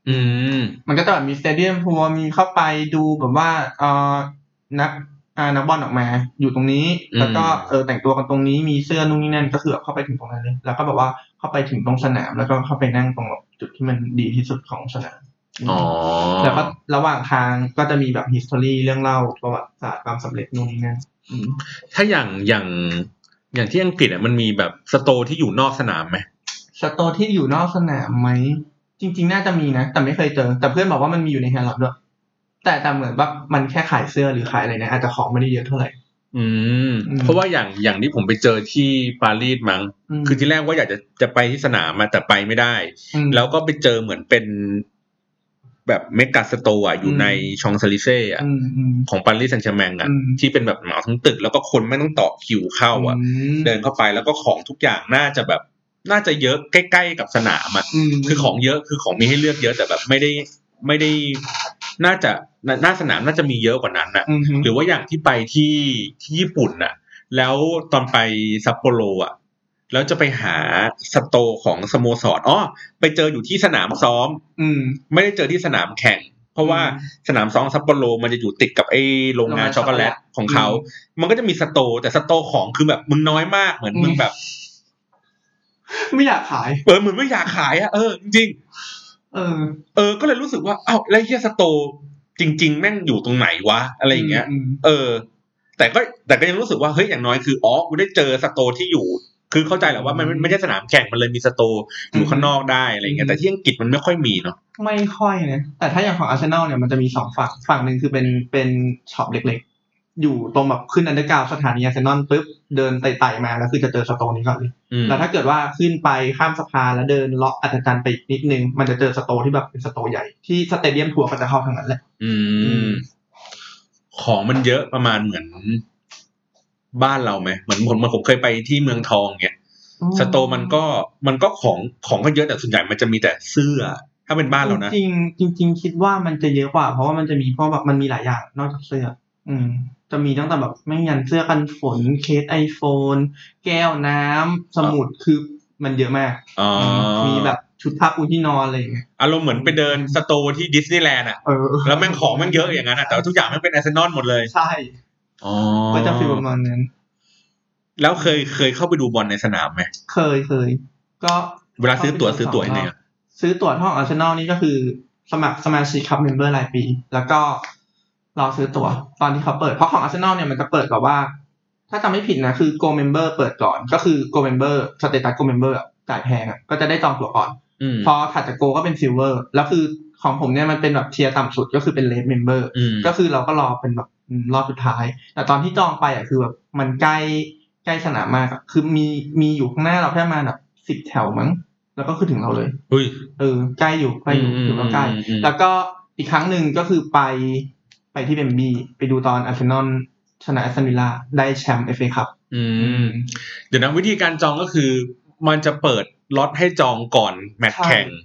[SPEAKER 2] อืม
[SPEAKER 3] มันก็จะแบบมีสเตเดียมทัวร์มีเข้าไปดูแบบว่าเออนักอ่านักบอลออกมา อยู่ตรงนี้
[SPEAKER 2] อืม
[SPEAKER 3] แล้วก็เออแต่งตัวกันตรงนี้มีเสื้อนู่นนี่นั่นก็คือแบบเข้าไปถึงตรงนั้นเลย แล้วก็แบบว่าเข้าไปถึงตรงสนาม แล้วก็เข้าไปนั่งตรงแบบจุดที่มันดีที่สุดของสนาม
[SPEAKER 2] อ๋อ
[SPEAKER 3] แล้วก็ระหว่างทางก็จะมีแบบฮิสตอรี่เรื่องเล่าประวัติศาสตร์ความสำเร็จนู่นนี่นั่นอืม
[SPEAKER 2] ถ้าอย่างอย่างอย่างที่อังกฤษอ่ะมันมีแบบสโตร์ที่อยู่นอกสนามไหม
[SPEAKER 3] สโตร์ที่อยู่นอกสนามไหมจริง ๆ น่าจะมีนะ แต่ไม่เคยเจอ แต่เพื่อนบอกว่ามันมีอยู่ในแฮร์รอดด้วยแต่แต่เหมือนแบบมันแค่ขายเสื้อหรือขายอะไรนะอาจจะของไม่ได้เยอะเท่าไหร่
[SPEAKER 2] อืม
[SPEAKER 3] อืม
[SPEAKER 2] เพราะว่าอย่างอย่างที่ผมไปเจอที่ปารีสมั้ง
[SPEAKER 3] ม
[SPEAKER 2] คือที่แรกว่าอยากจะจะไปที่สนามมาแต่ไปไม่ได้
[SPEAKER 3] อืม
[SPEAKER 2] แล้วก็ไปเจอเหมือนเป็นแบบเมกาสโตร์อ่ะอยู่
[SPEAKER 3] อืม
[SPEAKER 2] ในชองซาลิเซ่อ่ะ
[SPEAKER 3] อืมอืม
[SPEAKER 2] ของปารีสแซงต์แชร์แมงอะ
[SPEAKER 3] อืม
[SPEAKER 2] ที่เป็นแบบเหมาทั้งตึก แล้วก็คนไม่ต้องต่อคิวเข้าอ่ะ
[SPEAKER 3] ม
[SPEAKER 2] เดินเข้าไปแล้วก็ของทุกอย่างน่าจะแบบ น่าจะเยอะใกล้ ๆ กับสนามอ่ะ
[SPEAKER 3] ม
[SPEAKER 2] คือของเยอะคือของมีให้เลือกเยอะแต่แบบไม่ได้ไม่ได้ น่าจะน่าหน้าสนามน่าจะมีเยอะกว่านั้นนะ
[SPEAKER 3] อืม
[SPEAKER 2] หรือว่าอย่างที่ไปที่ที่ญี่ปุ่นน่ะ แล้วตอนไปซัปโปโรอ่ะ แล้วจะไปหาสโตร์ของสโมสรอ๋อไปเจออยู่ที่สนามซ้อม
[SPEAKER 3] อืม
[SPEAKER 2] ไม่ได้เจอที่สนามแข่ง เพราะว่า
[SPEAKER 3] อืม
[SPEAKER 2] สนามซองซัปโปโรมันจะอยู่ติดกับไอ้โรงงาน
[SPEAKER 3] โรงงาน
[SPEAKER 2] ช็อกโกแลต
[SPEAKER 3] ช็อกโกแลต
[SPEAKER 2] ของเขา มันก็จะมีสโตร์แต่สโตร์ของคือแบบมึงน้อยมากเหมือน
[SPEAKER 3] อืม
[SPEAKER 2] มึงแบบ
[SPEAKER 3] ไม่อยากขาย
[SPEAKER 2] เออเหมือนไม่อยากขายอะเออจริง
[SPEAKER 3] เออ
[SPEAKER 2] ๆเออก็เลยรู้สึกว่าเอ้าแล้วเฮียสโตร์จริง ๆ แม่งอยู่ตรงไหนวะอะไรอย่างเงี้ย
[SPEAKER 3] ม
[SPEAKER 2] เออ แต่ก็แต่ก็ยังรู้สึกว่าเฮ้ยอย่างน้อยคืออ๋อกูได้เจอสโตร์ที่อยู่ คือเข้าใจแหละว่ามันมันไม่ใช่สนามแข่งมันเลยมีสโตร์อยู่ข้างนอกได้อะไรอย่างเงี้ยแต่ที่อังกฤษมันไม่ค่อยมีเนาะ
[SPEAKER 3] มไม่ค่อยนะแต่ถ้าอย่างของอาร์เซนอลเนี่ยมันจะมีสองฝั่งฝั่งหนึ่งคือเป็นเป็นช็อปเล็กๆ อยู่ตรงแบบขึ้นอันเดอร์กราวด์สถานีอาร์เซนอลปุ๊บเดินไต่ๆมาแล้วคือจะเจอสโตร์นี้ก่อนเลย
[SPEAKER 2] อืม
[SPEAKER 3] แต่ถ้าเกิดว่าขึ้นไปข้ามสะพานแล้วเดินเลาะอัศจรรย์ไปอีกนิดนึงมันจะเจอสโตร์ที่แบบเป็นสโตร์ใหญ่ที่สเตเดียมทัวร์ก็จะเข้าทางนั้นแหละ
[SPEAKER 2] อืม ของมันเยอะประมาณเหมือนบ้านเราไหมเหมือนผมเหมือนผมเคยไปที่เมืองทองเนี่ยสโตร์มันก็มันก็ของของก็เยอะแต่ส่วนใหญ่มันจะมีแต่เสื้อ ถ้าเป็นบ้านเรานะ
[SPEAKER 3] จริงๆจริงๆคิดว่ามันจะเยอะกว่า เพราะว่ามันจะมีเพราะแบบมันมีหลายอย่างนอกจากเสื้อ อืม จะมีตั้งแต่แบบไม่ยันเสื้อกันฝนเคสไอโฟนแก้วน้ำสมุดคือมันเยอะมาก
[SPEAKER 2] อ๋อ
[SPEAKER 3] มีแบบชุดผ้าปูที่นอนอะไรอย่างเงี้ย
[SPEAKER 2] อารมณ์เหมือนไปเดินสโตร์ที่ดิสนีย์แลนด์อะ
[SPEAKER 3] เออ
[SPEAKER 2] แล้วแม่งของแม่งเยอะอย่างนั้นอะแต่ว่าทุกอย่างแม่งเป็นอาร์เซนอลหมดเลย
[SPEAKER 3] ใช่
[SPEAKER 2] อ๋อ
[SPEAKER 3] ก็จะฟีลประมาณนั้น
[SPEAKER 2] แล้วเคยเคยเข้าไปดูบอลในสนามไหม
[SPEAKER 3] เคยเคยก็
[SPEAKER 2] เวลาซื้อตั๋วซื้อตั๋วยังไงอะ
[SPEAKER 3] ซื้อตั๋วห้องอาร์เซนอลนี่ก็คือสมัครสมาชิกครับเมมเบอร์รายปี แล้วก็รอซื้อตั๋วตอนที่เขาเปิด เพราะของอาร์เซนอลเนี่ยมันจะเปิดแบบว่า ถ้าจำไม่ผิดนะคือ Go Member เปิดก่อน ก็คือ Go Member สเตตัส Go Member อะจ่ายแพงอ่ะก็จะได้จองตั๋วก่อน
[SPEAKER 2] อืม
[SPEAKER 3] พอถัดจาก Go ก็เป็น Silver แล้วคือของผมเนี่ยมันเป็นแบบเทียร์ต่ำสุดก็คือเป็น Red Member
[SPEAKER 2] อืม
[SPEAKER 3] ก็คือเราก็รอเป็นแบบอืมรอบสุดท้าย แต่ตอนที่จองไปอ่ะคือแบบมันใกล้ใกล้สนามมากอะคือมีมีอยู่ข้างหน้าเราแค่ประมาณแบบสิบ10 แถวมั้ง แล้วก็คือถึงเราเลย
[SPEAKER 2] อุ้ย
[SPEAKER 3] เออใกล้อยู่ใกล้อยู่ถือว่าใกล้
[SPEAKER 2] อืม
[SPEAKER 3] แล้วก็อีกครั้งหนึ่งก็คือไปไปที่เบมบีไปดูตอนอาร์เซนอลชนะแอสตันวิลล่าได้แชมป์เอฟเอคัพ
[SPEAKER 2] อืม เดี๋ยวนะวิธีการจองก็คือ มันจะเปิดล็อตให้จองก่อนแมตช์แข่ง ห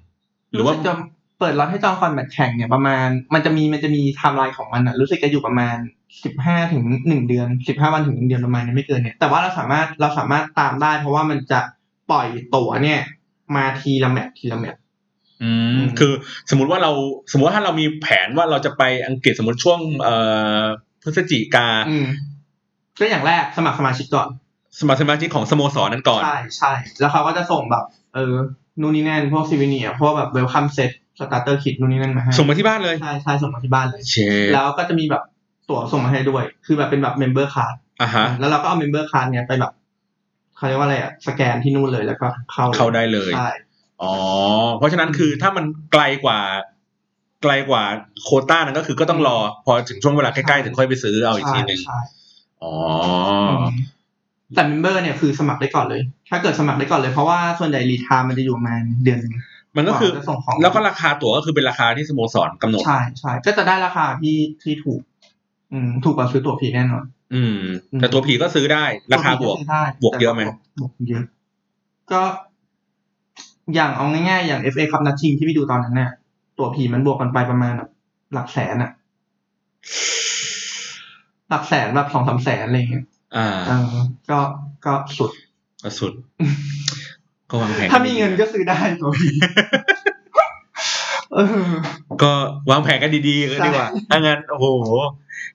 [SPEAKER 3] ห
[SPEAKER 2] รื
[SPEAKER 3] รือ อ
[SPEAKER 2] ว่า
[SPEAKER 3] ว่าจะเปิดล็อตให้จองก่อนแมตช์แข่งเนี่ยประมาณ มันจะมีมันจะมีไทม์ไลน์ของมันอะรู้สึกจะอยู่ประมาณสิบห้าถึงหนึ่งเดือนสิบห้าวันถึงหนึ่งเดือนประมาณนี้ไม่เกินเนี่ยแต่ว่าเราสามารถเราสามารถตามได้ เพราะว่ามันจะปล่อยตั๋วเนี่ย มาทีละแมตช์ทีละแมตช์
[SPEAKER 2] อืม
[SPEAKER 3] อืม
[SPEAKER 2] คือสมมติว่าเราสมมติว่าถ้าเรามีแผนว่าเราจะไปอังกฤษสมมติช่วงเอ่อพฤศจิกา
[SPEAKER 3] อืมก็อย่างแรกสมัครสมาชิกก่อน
[SPEAKER 2] สมัครสมาชิกของสโมสรนั้นก่อน
[SPEAKER 3] ใช่ใช่ แล้วเขาก็จะส่งแบบ เออ นู่นนี่นั่น พวกซีวิเนียพวกแบบเวลคัมเซ็ตสตาร์เตอร์คิดนู่นนี่นั่นมาให้
[SPEAKER 2] ส่งมาที่บ้านเลย
[SPEAKER 3] ใช่ใช่ส่งมาที่บ้านเลย
[SPEAKER 2] เชฟ
[SPEAKER 3] แล้วก็จะมีแบบตั๋วส่งมาให้ด้วย คือแบบเป็นแบบเมมเบอร์คาร์ด
[SPEAKER 2] อ่ะฮะ
[SPEAKER 3] แล้วเราก็เอาเมมเบอร์คาร์ดเนี่ยไปแบบเขาเรียกว่าอะไรอะสแกนที่นู่นเลยแล้วก็เข้าลย
[SPEAKER 2] เข้าได้เลย
[SPEAKER 3] ใช่
[SPEAKER 2] อ๋อเพราะฉะนั้นคือถ้ามันไกลกว่า ไกลกว่าโควต้านั้นก็คือก็ต้องรอ พอถึงช่วงเวลาใกล้ๆถึงค่อยไปซื้อเอาอีกทีหนึ่ง
[SPEAKER 3] ใช่ใช่
[SPEAKER 2] อ๋อ
[SPEAKER 3] แต่เมมเบอร์เนี่ยคือสมัครได้ก่อนเลย ถ้าเกิดสมัครได้ก่อนเลยเพราะว่าส่วนใหญ่รีทามันจะอยู่ประมาณเดือนหนึ่ง
[SPEAKER 2] มันก็คือ
[SPEAKER 3] ว่าจะส่งของ
[SPEAKER 2] แล้วก็ราคาตั๋วก็คือเป็นราคาที่สโมสรกำหนด
[SPEAKER 3] ใช่ใช่ก็จะได้ราคาที่ที่ถูก อืม ถูกกว่าซื้อตั๋วผีแน่นอน
[SPEAKER 2] อืม แต่ตัวผีก็ซื้อได้ ราคาบวก
[SPEAKER 3] ตั๋ผีซื้ได้
[SPEAKER 2] บวกเยอะไหม
[SPEAKER 3] แต่บวกเยอะ ก็อย่างเอาง่ายๆอย่าง FA ครับนัดชิงที่พี่ดูตอนนั้นเนี่ยตั๋วผีมันบวกกันไปประมาณแบบหลักแสนอะหลักแสนแบบสองสามแสนอะไรอย่างเงี้ย
[SPEAKER 2] อ่า
[SPEAKER 3] เออก็ก็สุด
[SPEAKER 2] ก็
[SPEAKER 3] <laughs>
[SPEAKER 2] สุด ก็วางแผน
[SPEAKER 3] ถ้ามีเงินก็
[SPEAKER 2] <laughs>
[SPEAKER 3] ซื้อได้ตัวพี่ เออ
[SPEAKER 2] ก็วางแผนกันดีๆกันดีกว่า ถ้างั้น โอ้โห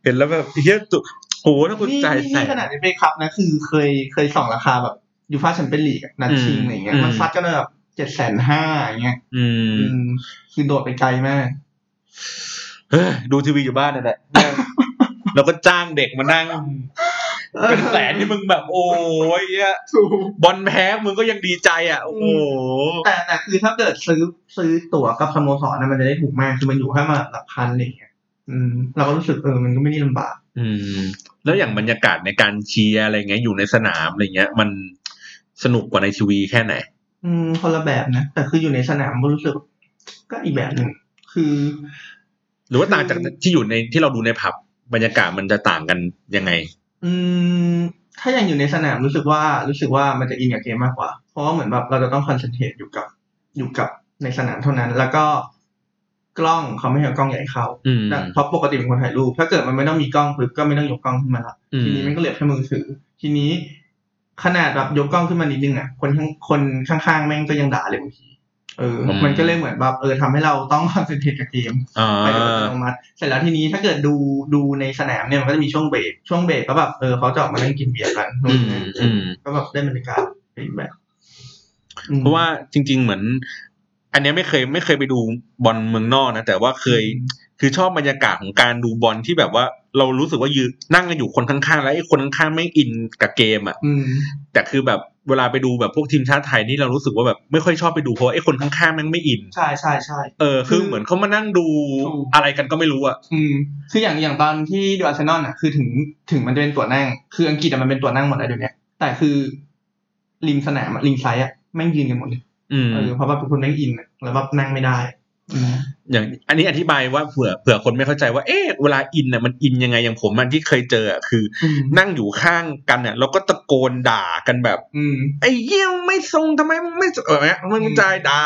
[SPEAKER 2] เห็นแล้วแบบเฮียตุโอ้โหถ้าคุณ
[SPEAKER 3] นี่
[SPEAKER 2] จ่าย
[SPEAKER 3] นี่
[SPEAKER 2] แส
[SPEAKER 3] นี่
[SPEAKER 2] น
[SPEAKER 3] ขนาดในเฟคครับนะ คือเคยเคยส่องราคาแบบยูฟาแชมเปี้ยนลีกอะนัดชิง
[SPEAKER 2] อืม
[SPEAKER 3] อะไรเงี้ย
[SPEAKER 2] อืม
[SPEAKER 3] มันซัดกันแบบเจ็ดแสนห้าอย่างเงี้ย
[SPEAKER 2] อืม
[SPEAKER 3] อืมคือโดดไปไกลมาก
[SPEAKER 2] เฮ้ยดูทีวีอยู่บ้านนั่นแหละ
[SPEAKER 3] <laughs>
[SPEAKER 2] เราก็จ้างเด็กมานั่ง เป็นแสนที่มึงแบบ โอ้ยเหี้ย
[SPEAKER 3] ถูก
[SPEAKER 2] บอลแพ้มึงก็ยังดีใจอ่ะ โอ้โห
[SPEAKER 3] แต่แต่คือถ้าเกิดซื้อซื้อตั๋วกับสโมสรนะมันจะได้ถูกมาก คือมันอยู่แค่มาหลักพันอะไรเงี้ยอืม เราก็รู้สึกเออมันก็ไม่ได้ลำบาก
[SPEAKER 2] อืม แล้วอย่างบรรยากาศในการเชียร์อะไรเงี้ยอยู่ในสนามอะไรเงี้ย มันสนุกกว่าในทีวีแค่ไหน
[SPEAKER 3] อืมคนละแบบนะ แต่คืออยู่ในสนามก็รู้สึก ก็อีกแบบหนึ่งคือ
[SPEAKER 2] หรือว่าต่างจากที่อยู่ในที่เราดูในผับบรรยากาศมันจะต่างกันยังไง
[SPEAKER 3] อืมถ้ายังอยู่ในสนามรู้สึกว่ารู้สึกว่ามันจะอินกับเกมมากกว่า เพราะว่าเหมือนแบบเราจะต้องคอนเซนเทรตอยู่กับอยู่กับในสนามเท่านั้น แล้วก็กล้องเขาไม่ให้เอากล้องใหญ่เข้า
[SPEAKER 2] อืม
[SPEAKER 3] แต่เพราะปกติเป็นคนถ่ายรูป ถ้าเกิดมันไม่ต้องมีกล้องปุ๊บก็ไม่ต้องยกกล้องขึ้นมาละ
[SPEAKER 2] อืม
[SPEAKER 3] ทีนี้มันก็เหลือแค่มือถือ ทีนี้ ขนาดแบบยกกล้องขึ้นมานิดนึงอ่ะคนข้างคนข้างๆแม่งก็ยังด่าเลยบางทีเอออ
[SPEAKER 2] ม
[SPEAKER 3] มันก็เลยเหมือนแบบเออทำให้เราต้อง <laughs> คอนเซนเทรตกับเกม
[SPEAKER 2] อ่า
[SPEAKER 3] ไปโดยอัตโนมัติเสร็จแล้วทีนี้ถ้าเกิดดูดูในสนามเนี่ยมันก็จะมีช่วงเบรกช่วงเบรกก็แบบเออเขาจะออกมานั่งกินเบียร์กันนู่
[SPEAKER 2] อืม
[SPEAKER 3] นนี่
[SPEAKER 2] อืม
[SPEAKER 3] ก็แบบได้บรรยากาศเป็นอีกแบบอืม
[SPEAKER 2] เพราะว่าจริง ๆ เหมือน อันเนี้ยไม่เคยไม่เคยไปดูบอลเมืองนอกนะ แต่ว่าเคย คือชอบบรรยากาศของการดูบอลที่แบบว่า เรารู้สึกว่ายืนนั่งกันอยู่คนข้างๆ แล้วไอ้คนข้างๆไม่อินกับเกมอ่ะ
[SPEAKER 3] อืม
[SPEAKER 2] แต่คือแบบเวลาไปดูแบบพวกทีมชาติไทยนี่เรารู้สึกว่าแบบไม่ค่อยชอบไปดูเพราะว่าไอ้คนข้างๆแม่งไม่อิน
[SPEAKER 3] ใช่ใช่ใช่
[SPEAKER 2] เออคือเหมือนเขามานั่งดู
[SPEAKER 3] ถูก
[SPEAKER 2] อะไรกันก็ไม่รู้อ่ะ
[SPEAKER 3] อืมคืออย่างอย่างตอนที่ดูอาร์เซนอลอ่ะคือถึงถึงมันจะเป็นตัวนั่ง คืออังกฤษอะมันเป็นตัวนั่งหมดแล้วเดี๋ยวนี้แต่คือริมสนามอะริมไซด์อ่ะแม่งยืนกันหมดเลย
[SPEAKER 2] อืม
[SPEAKER 3] เออเพราะว่าทุกคนแม่งอินอะแล้วแบบนั่งไม่ได้อืม
[SPEAKER 2] อย่างอันนี้อธิบายว่าเผื่อเผื่อคนไม่เข้าใจว่าเอ๊ะเวลาอินน่ะมันอินยังไงอย่างผมมันที่เคยเจออ่ะคืออ
[SPEAKER 3] ม
[SPEAKER 2] นั่งอยู่ข้างกันเนี่ยเราก็ตะโกนด่ากันแบบ
[SPEAKER 3] อืม
[SPEAKER 2] ไอ้เยี่ยมงไม่ทรงทำไมมึงไม่เออเนี่ยมึง
[SPEAKER 3] อืม
[SPEAKER 2] ใจายด่า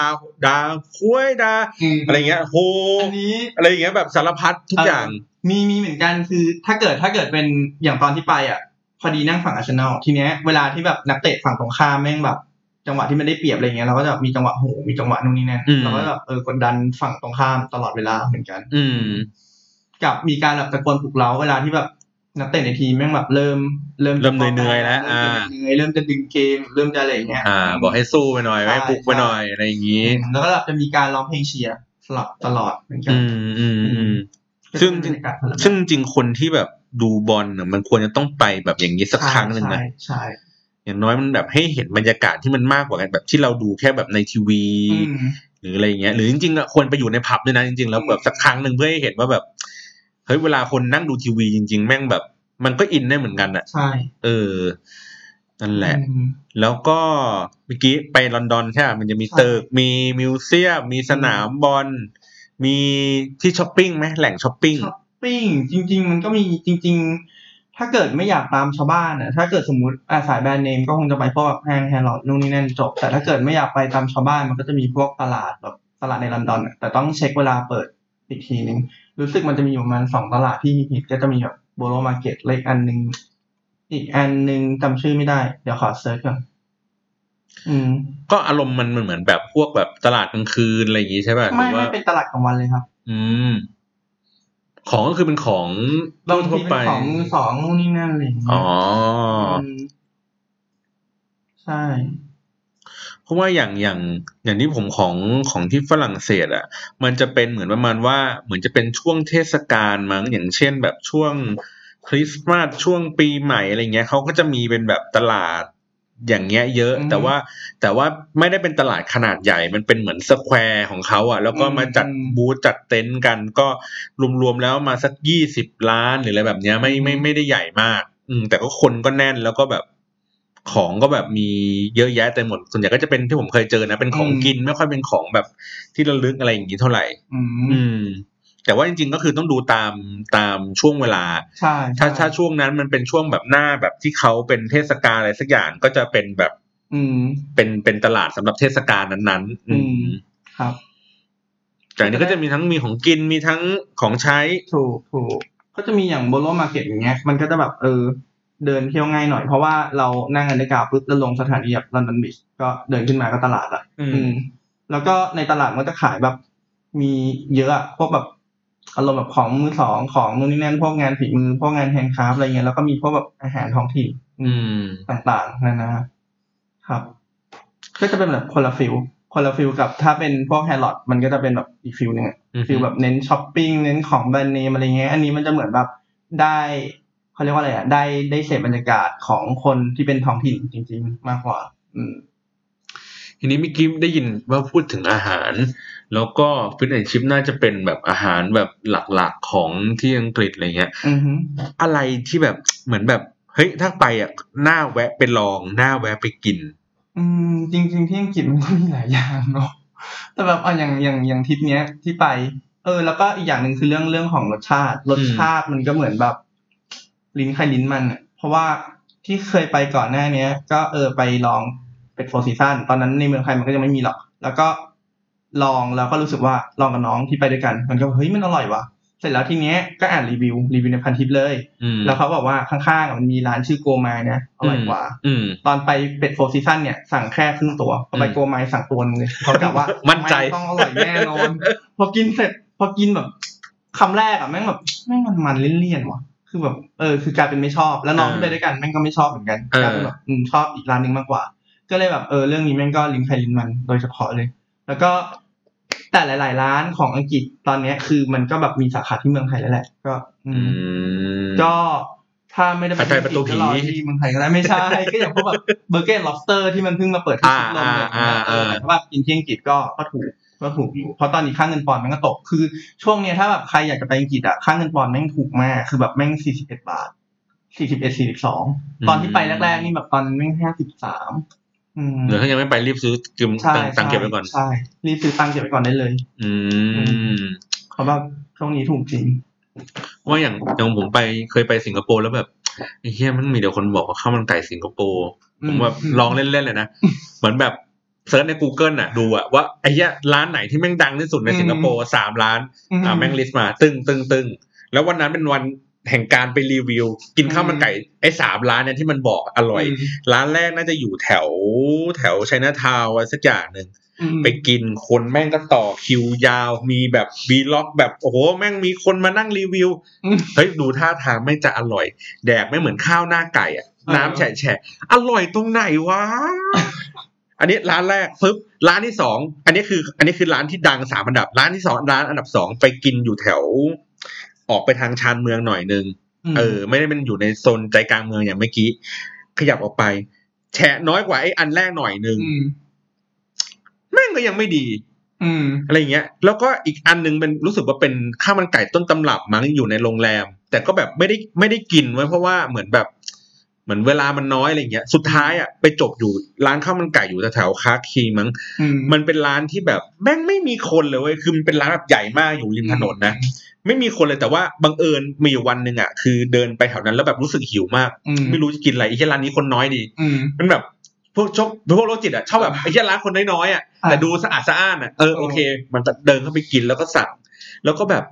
[SPEAKER 2] ด่าคุ้ยด่า
[SPEAKER 3] อืม
[SPEAKER 2] <laughs> อะไรเงี้ยโห
[SPEAKER 3] อันนี้
[SPEAKER 2] อะไรอย่างเงี้ยแบบสารพัดทุกอย่าง
[SPEAKER 3] มีมีเหมือนกันคือถ้าเกิดถ้าเกิดเป็นอย่างตอนที่ไปอ่ะ พอดีนั่งฝั่งอาร์เซนอลทีเนี้ยเวลาที่แบบนักเตะฝั่งตรงข้ามแม่งแบบ จังหวะที่มันได้เปรียบอะไรเงี้ยเราก็จะมีจังหวะโหมีจังหวะนู่นนี่นั่น
[SPEAKER 2] อืม
[SPEAKER 3] เราก็แบบเออกดดันฝั่งตรงข้ามตลอดเวลาเหมือนกัน
[SPEAKER 2] อืม
[SPEAKER 3] กับมีการแบบตะโกนปลุกเร้าเวลาที่แบบนักเตะในทีมแม่งแบบเริ่มเริ่ม
[SPEAKER 2] เริ่มเหนื่อยๆแล้วอ่า
[SPEAKER 3] เริ่มจะเหนื่อยเริ่มจะดึงเกมเริ่มจะอะไรอย่างเงี้ย
[SPEAKER 2] อ่า บอกให้สู้ไปหน่อย
[SPEAKER 3] ใช่
[SPEAKER 2] ไว้ปลุกไปหน่อยอะไรอย่างงี้
[SPEAKER 3] แล้วก็แบบจะมีการร้องเพลงเชียร์สลับตลอดเหมือนกัน
[SPEAKER 2] อืมอืมอืม ซึ่ง
[SPEAKER 3] ก็จะเป็นบรรยากาศคนละแบบ
[SPEAKER 2] ซึ่งจริงคนที่แบบดูบอลน่ะมันควรจะต้องไปแบบอย่างนี้สักครั้งหนึ่งนะ
[SPEAKER 3] ใช่ใช่
[SPEAKER 2] อย่างน้อยมันแบบให้เห็นบรรยากาศที่มันมากกว่ากันแบบที่เราดูแค่แบบในทีวี
[SPEAKER 3] อืม
[SPEAKER 2] หรืออะไรอย่างเงี้ยหรือจริงๆอะควรไปอยู่ในผับด้วยนะจริงๆแล้วแบบสักครั้งหนึ่งเพื่อให้เห็นว่าแบบเฮ้ยเวลาคนนั่งดูทีวีจริง ๆ แม่งแบบ มันก็อินได้เหมือนกันอะ
[SPEAKER 3] ใช่
[SPEAKER 2] เออนั่นแหละ
[SPEAKER 3] อืม
[SPEAKER 2] แล้วก็เมื่อกี้ไปลอนดอนใช่ไหมมันจะมี
[SPEAKER 3] ใช่
[SPEAKER 2] ตึกมีมิวเซียมมีสนามบอลมีที่ช้อปปิ้งไหมแหล่งช้อปปิ้ง
[SPEAKER 3] ช้อปปิ้งจริง ๆ มันก็มีจริง ๆ ถ้าเกิดไม่อยากตามชาวบ้านอ่ะ ถ้าเกิดสมมติอาสายแบรนด์เนมก็คงจะไปพวกแบบห้างแฮร์รอดนู่นนี่นั่นจบ แต่ถ้าเกิดไม่อยากไปตามชาวบ้านมันก็จะมีพวกตลาดแบบตลาดในลอนดอนอะแต่ต้องเช็คเวลาเปิดอีกทีนึงรู้สึกมันจะมีอยู่ประมาณสองตลาดที่ฮิตๆก็จะมีแบบโบโลมาร์เก็ตเล็กอันหนึ่งอีกอันหนึ่งจำชื่อไม่ได้ เดี๋ยวขอเซิร์ชก่อนอืม
[SPEAKER 2] ก็อารมณ์มันเหมือนแบบพวกแบบตลาดกลางคืนอะไรอย่างงี้ใช่ป่ะหรื
[SPEAKER 3] ไม่
[SPEAKER 2] อ
[SPEAKER 3] ไม่
[SPEAKER 2] ว่า
[SPEAKER 3] เป็นตลาดกลางวันเลยครับ
[SPEAKER 2] อืม ของก็คือเป็นของ
[SPEAKER 3] บางที
[SPEAKER 2] ทั่ว
[SPEAKER 3] เป็
[SPEAKER 2] ไป
[SPEAKER 3] นของมือสองนู่นนี่นั่นอะไรอย่างเงี้ย
[SPEAKER 2] อ๋อ
[SPEAKER 3] มใช่
[SPEAKER 2] เพราะว่าอย่างอย่างอย่างที่ผมของของที่ฝรั่งเศสอ่ะ มันจะเป็นเหมือนประมาณว่าเหมือนจะเป็นช่วงเทศกาลมั้งอย่างเช่นแบบช่วงคริสต์มาสช่วงปีใหม่อะไรเงี้ยเขาก็จะมีเป็นแบบตลาดอย่างเงี้ยเยอะ
[SPEAKER 3] อืม
[SPEAKER 2] แต่ว่าแต่ว่าไม่ได้เป็นตลาดขนาดใหญ่ มันเป็นเหมือนสแควร์ของเขาอ่ะ แล้วก็มาจัด
[SPEAKER 3] อืม
[SPEAKER 2] บูธจัดเต็นท์กัน ก็รวมๆแล้วมาสักยี่สิบล้านหรืออะไรแบบเนี้ยไม่ไม่ไม่ได้ใหญ่มาก อืมแต่ก็คนก็แน่นแล้วก็แบบของก็แบบมีเยอะแยะเต็มหมด ส่วนใหญ่ก็จะเป็นที่ผมเคยเจอนะ เป็นของ
[SPEAKER 3] อืม
[SPEAKER 2] กินไม่ค่อยเป็นของแบบที่ระลึกอะไรอย่างนี้เท่าไหร่
[SPEAKER 3] อืม
[SPEAKER 2] อืม แต่ว่าจริงๆก็คือต้องดูตามตามช่วงเวลา
[SPEAKER 3] ใช่
[SPEAKER 2] ถ้าถ้าช่วงนั้นมันเป็นช่วงแบบหน้าแบบที่เขาเป็นเทศกาลอะไรสักอย่างก็จะเป็นแบบ
[SPEAKER 3] อืม
[SPEAKER 2] เป็นเป็นตลาดสำหรับเทศกาลนั้นๆ อื
[SPEAKER 3] อื
[SPEAKER 2] ม
[SPEAKER 3] ม ครับ
[SPEAKER 2] แต่อันนี้ก็จะมีทั้งมีของกินมีทั้งของใช้
[SPEAKER 3] ถูกถูกก็จะมีอย่างโบโลมาร์เก็ตอย่างเงี้ยมันก็จะแบบเออเดินเที่ยวง่ายหน่อยเพราะว่าเรานั่งกันในกราบปุ๊บแล้วลงสถานีแบบลอนดอนบิชก็เดินขึ้นมาก็ตลาดละ
[SPEAKER 2] อืม
[SPEAKER 3] อืม แล้วก็ในตลาดมันก็จะขายแบบมีเยอะอะพวกแบบอารมณ์แบบของมือสองของนู่นนี่นั่นพวกงานฝีมือพวกงานแฮนด์คราฟต์อะไรเงี้ยแล้วก็มีพวกแบบอาหารท้องถิ่นอื
[SPEAKER 2] อื
[SPEAKER 3] ม
[SPEAKER 2] ม
[SPEAKER 3] ต่างๆนะนะครับ ก็จะเป็นแบบคนละฟิลคนละฟิลกับถ้าเป็นพวกแฮร์ล็อตมันก็จะเป็นแบบอีกฟิลหนึ่งอะ
[SPEAKER 2] อือฮึ
[SPEAKER 3] ฟิลแบบเน้นช้อปปิ้งเน้นของแบรนด์เนมอะไรเงี้ยอันนี้มันจะเหมือนแบบได้เขาเรียกว่าอะไรอ่ะได้ได้เสพบรรยากาศของคนที่เป็นท้องถิ่นจริง ๆ มากกว่า อืม
[SPEAKER 2] ทีนี้เมื่อกี้ได้ยินว่าพูดถึงอาหาร แล้วก็ฟิตเนสชิปน่าจะเป็นแบบอาหารแบบหลักๆของที่อังกฤษอะไรเงี้ย
[SPEAKER 3] อือฮึ
[SPEAKER 2] อะไรที่แบบเหมือนแบบเฮ้ยถ้าไปอ่ะหน้าแวะไปลองหน้าแวะไปกิน
[SPEAKER 3] อืม จริง ๆ ที่อังกฤษมันก็มีหลายอย่างเนาะ <laughs> แต่แบบเอาอย่างอย่างอย่างทริปเนี้ยที่ไป เออ แล้วก็อีกอย่างหนึ่งคือเรื่องเรื่องของรสชาติ รสชาติมันก็เหมือนแบบ ลิ้นใครลิ้นมันอะเพราะว่าที่เคยไปก่อนหน้าเนี้ย ก็เออไปลองเป็ดโฟร์ซีซันตอนนั้นในเมืองไทยมันก็ยังไม่มีหรอก แล้วก็ลองแล้วก็รู้สึกว่าลองกับน้องที่ไปด้วยกัน มันก็เฮ้ยมันอร่อยว่ะเสร็จแล้วทีเนี้ยก็อ่านรีวิวรีวิวในพันทิปเลย
[SPEAKER 2] อืม
[SPEAKER 3] แล้วเขาบอกว่าข้างๆอะมันมีร้านชื่อโกมายนะอร่อยกว่า
[SPEAKER 2] อืม
[SPEAKER 3] ตอนไปเป็ดโฟซีซั่นเนี่ยสั่งแค่ครึ่งตัวพอไป
[SPEAKER 2] อืม
[SPEAKER 3] โกไมสั่งตัวนึงเลยเขากะว่า
[SPEAKER 2] มั่นใจ
[SPEAKER 3] ไต้องอร่อยแน่นอน พอกินเสร็จ พอกินแบบคำแรกอะแม่งแบบแม่งมันมันๆเลี่ยนๆว่ะ คือแบบเออคือกลายเป็นไม่ชอบ แล้วน้องที่ไปด้วยกันแม่งก็ไม่ชอบเหมือนกันกลายเป็นแบบอืมชอบอีกร้านหนึงมากกว่า ก็เลยแบบเออเรื่องนี้แม่งก็ลิงก์ใครลิงก์มันโดยเฉพาะเลย แล้วก็แต่หลาย ๆ ร้านของอังกฤษตอนเนี้ยคือมันก็แบบมีสาขาที่เมืองไทยแล้วแหละ ก็อื
[SPEAKER 2] อื
[SPEAKER 3] ม
[SPEAKER 2] ม
[SPEAKER 3] ก็ถ้าไม่ได้
[SPEAKER 2] ผัดไทยประตูผี
[SPEAKER 3] ก็อที่เมืองไทยก็ได้ไม่
[SPEAKER 2] <laughs>
[SPEAKER 3] ใช่ ก็อย่างพวกแบบเบอร์เกอร์ lobster ที่มันเพิ่งมาเปิดที่ชิดลมเนี่ยนะเออแต่ว่ากินที่อังกฤษก็ก็ถูกก็ถูกอยู่เพราะตอนนี้ค่าเงินปอนด์มันก็ตกคือช่วงเนี้ยถ้าแบบใครอยากจะไปอังกฤษอ่ะค่าเงินปอนด์แม่งถูกมากคือแบบแม่งสี่สิบเอ็ดบาทสี่สิบเอ็ดสี่สิบสองตอนที่ไปแรกๆนี่แบบตอนนั้นแม่งห้าสิบสามอืม
[SPEAKER 2] หรือถ้ายังไม่ไปรีบซื้อกิม
[SPEAKER 3] ใช่
[SPEAKER 2] ตังค์เก็บไว้ก่อน
[SPEAKER 3] ใช่รีบซื้อตังค์เก็บไว้ก่อนได้เลย
[SPEAKER 2] อื
[SPEAKER 3] อื
[SPEAKER 2] ม
[SPEAKER 3] เพราะว่าช่วงนี้ถูกจริง
[SPEAKER 2] ว่าอย่างอย่างผมไปเคยไปสิงคโปร์แล้วแบบไอ้เฮียมันมีเดี๋ยวคนบอกว่าข้าวมันไก่สิงคโปร์
[SPEAKER 3] อืม
[SPEAKER 2] ผมแบบ
[SPEAKER 3] อืม
[SPEAKER 2] ลองเล่นๆเลยนะ เหมือนแบบเซิร์ชใน Google น่ะ ดูอะว่าไอ้เฮียร้านไหนที่แม่งดังที่สุดในสิงคโปร์สามร้าน อ่าแม่งลิสต์มา ตึ้งตึ้งตึ้งแล้ววันนั้นเป็นวันแห่งการไปรีวิว กินข้าวมันไก่ไอ้สามร้านเนี่ยที่มันบอกอร่อย ร้านแรกน่าจะอยู่แถวแถวไชน่าทาวน์อะไรสักอย่างหนึ่ง
[SPEAKER 3] อืม
[SPEAKER 2] ไปกินคนแม่งก็ต่อคิวยาว มีแบบวีล็อกแบบโอ้โหแม่งมีคนมานั่งรีวิว
[SPEAKER 3] อืม
[SPEAKER 2] เฮ้ยดูท่าทางไม่จะอร่อย แดกไม่เหมือนข้าวหน้าไก่อะ
[SPEAKER 3] เออ
[SPEAKER 2] น้ำแฉะแฉะอร่อยตรงไหน
[SPEAKER 3] <laughs>
[SPEAKER 2] วะ อันนี้ร้านแรกปึ๊บร้านที่สองอันนี้คือ อันนี้คือร้านที่ดังสามอันดับ ร้านที่สองร้านอันดับสองไปกินอยู่แถว ออกไปทางชานเมืองหน่อยนึง
[SPEAKER 3] ม
[SPEAKER 2] เออ ไม่ได้เป็นอยู่ในโซนใจกลางเมืองอย่างเมื่อกี้ ขยับออกไป แฉะน้อยกว่าไอ้อันแรกหน่อยนึง
[SPEAKER 3] อืม
[SPEAKER 2] แม่งก็ยังไม่ดี
[SPEAKER 3] อืม
[SPEAKER 2] อะไรอย่างเงี้ย แล้วก็อีกอันหนึงเป็นรู้สึกว่าเป็นข้าวมันไก่ต้นตำรับมั้งอยู่ในโรงแรม แต่ก็แบบไม่ได้ไม่ได้กินไว้เพราะว่าเหมือนแบบ เหมือนเวลามันน้อยอะไรอย่างเงี้ย สุดท้ายอ่ะไปจบอยู่ร้านข้าวมันไก่อยู่แถวๆคาคีมั้ง
[SPEAKER 3] อืม
[SPEAKER 2] มันเป็นร้านที่แบบแม่งไม่มีคนเลยเว้ย คือมันเป็นร้านแบบใหญ่มากอยู่ริมถนนนะ ไม่มีคนเลยแต่ว่าบังเอิญมีอยู่วันหนึ่งอ่ะคือเดินไปแถวนั้นแล้วแบบรู้สึกหิวมาก
[SPEAKER 3] อืม
[SPEAKER 2] ไม่รู้จะกินอะไรไอ้ที่ร้านนี้คนน้อยดี
[SPEAKER 3] อืม
[SPEAKER 2] มันแบบพวกชอบพวกโรคจิตอ่ะชอบแบบไอ้เหี้ยร้านคนน้อยๆอ่ะ
[SPEAKER 3] อ่ะ
[SPEAKER 2] แต่ดูสะอาดสะอ้านอ่ะเออ
[SPEAKER 3] เออ
[SPEAKER 2] โอเค มันก็เดินเข้าไปกินแล้วก็สั่งแล้วก็แบบ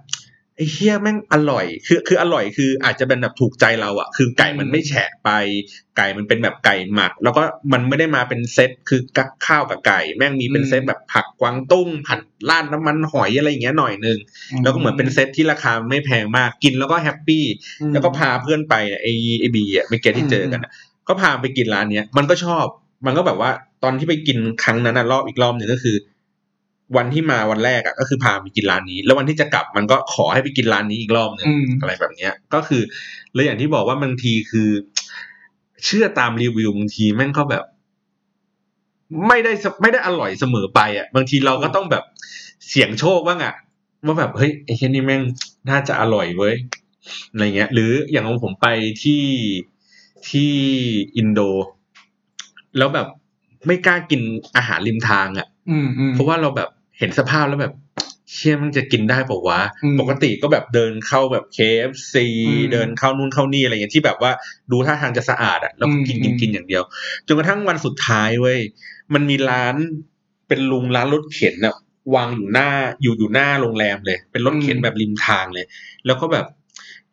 [SPEAKER 2] ไอ้เหี้ยแม่งอร่อย คือคืออร่อยคืออาจจะเป็นแบบถูกใจเราอ่ะ คือไก่มันไม่แฉะไป ไก่มันเป็นแบบไก่หมัก แล้วก็มันไม่ได้มาเป็นเซตคือกับข้าวกับไก่ แม่งมีเป็นเซตแบบผักกวางตุ้งผัดราดน้ำมันหอยอะไรอย่างเงี้ยหน่อยนึงแล้วก็เหมือนเป็นเซตที่ราคาไม่แพงมากกินแล้วก็แฮปปี้
[SPEAKER 3] อืม
[SPEAKER 2] แล้วก็พาเพื่อนไปเนี่ยไอ้ไอ้บีอ่ะเมื่อกี้ที่เจอกันอะก็พาไปกินร้านเนี้ยมันก็ชอบ มันก็แบบว่าตอนที่ไปกินครั้งนั้นอะรอบอีกรอบหนึ่งก็คือ วันที่มาวันแรกอ่ะก็คือพาไปกินร้านนี้ แล้ววันที่จะกลับมันก็ขอให้ไปกินร้านนี้อีกรอบหนึ่ง
[SPEAKER 3] อืม
[SPEAKER 2] อะไรแบบเนี้ย ก็คือแล้วอย่างที่บอกว่าบางทีคือ เชื่อตามรีวิวบางทีแม่งก็แบบ ไม่ได้สไม่ได้อร่อยเสมอไปอ่ะ บางทีเราก็ต้องแบบเสี่ยงโชคบ้างอ่ะว่าแบบเฮ้ยไอ้เช่นนี้แม่งน่าจะอร่อยเว้ยอะไรเงี้ย หรืออย่างของผมไปที่ ที่อินโด แล้วแบบไม่กล้ากินอาหารริมทางอ่ะ
[SPEAKER 3] อืมอืม
[SPEAKER 2] เพราะว่าเราแบบเห็นสภาพแล้วแบบ เชี่ยมันจะกินได้เปล่าวะ
[SPEAKER 3] อืม
[SPEAKER 2] ปกติก็แบบเดินเข้าแบบ KFC
[SPEAKER 3] อืม
[SPEAKER 2] เดินเข้านู่นเข้านี่อะไรอย่างเงี้ยที่แบบว่าดูท่าทางจะสะอาดอะแล้วก็กิน
[SPEAKER 3] อื
[SPEAKER 2] กิ
[SPEAKER 3] ม
[SPEAKER 2] นกินอย่างเดียวจนกระทั่งวันสุดท้ายเว้ยมันมีร้านเป็นลุงร้านรถเข็นอะวางอยู่หน้าอยู่อยู่หน้าโรงแรมเลย เป็นรถเข็นแบบริมทางเลย แล้วก็แบบ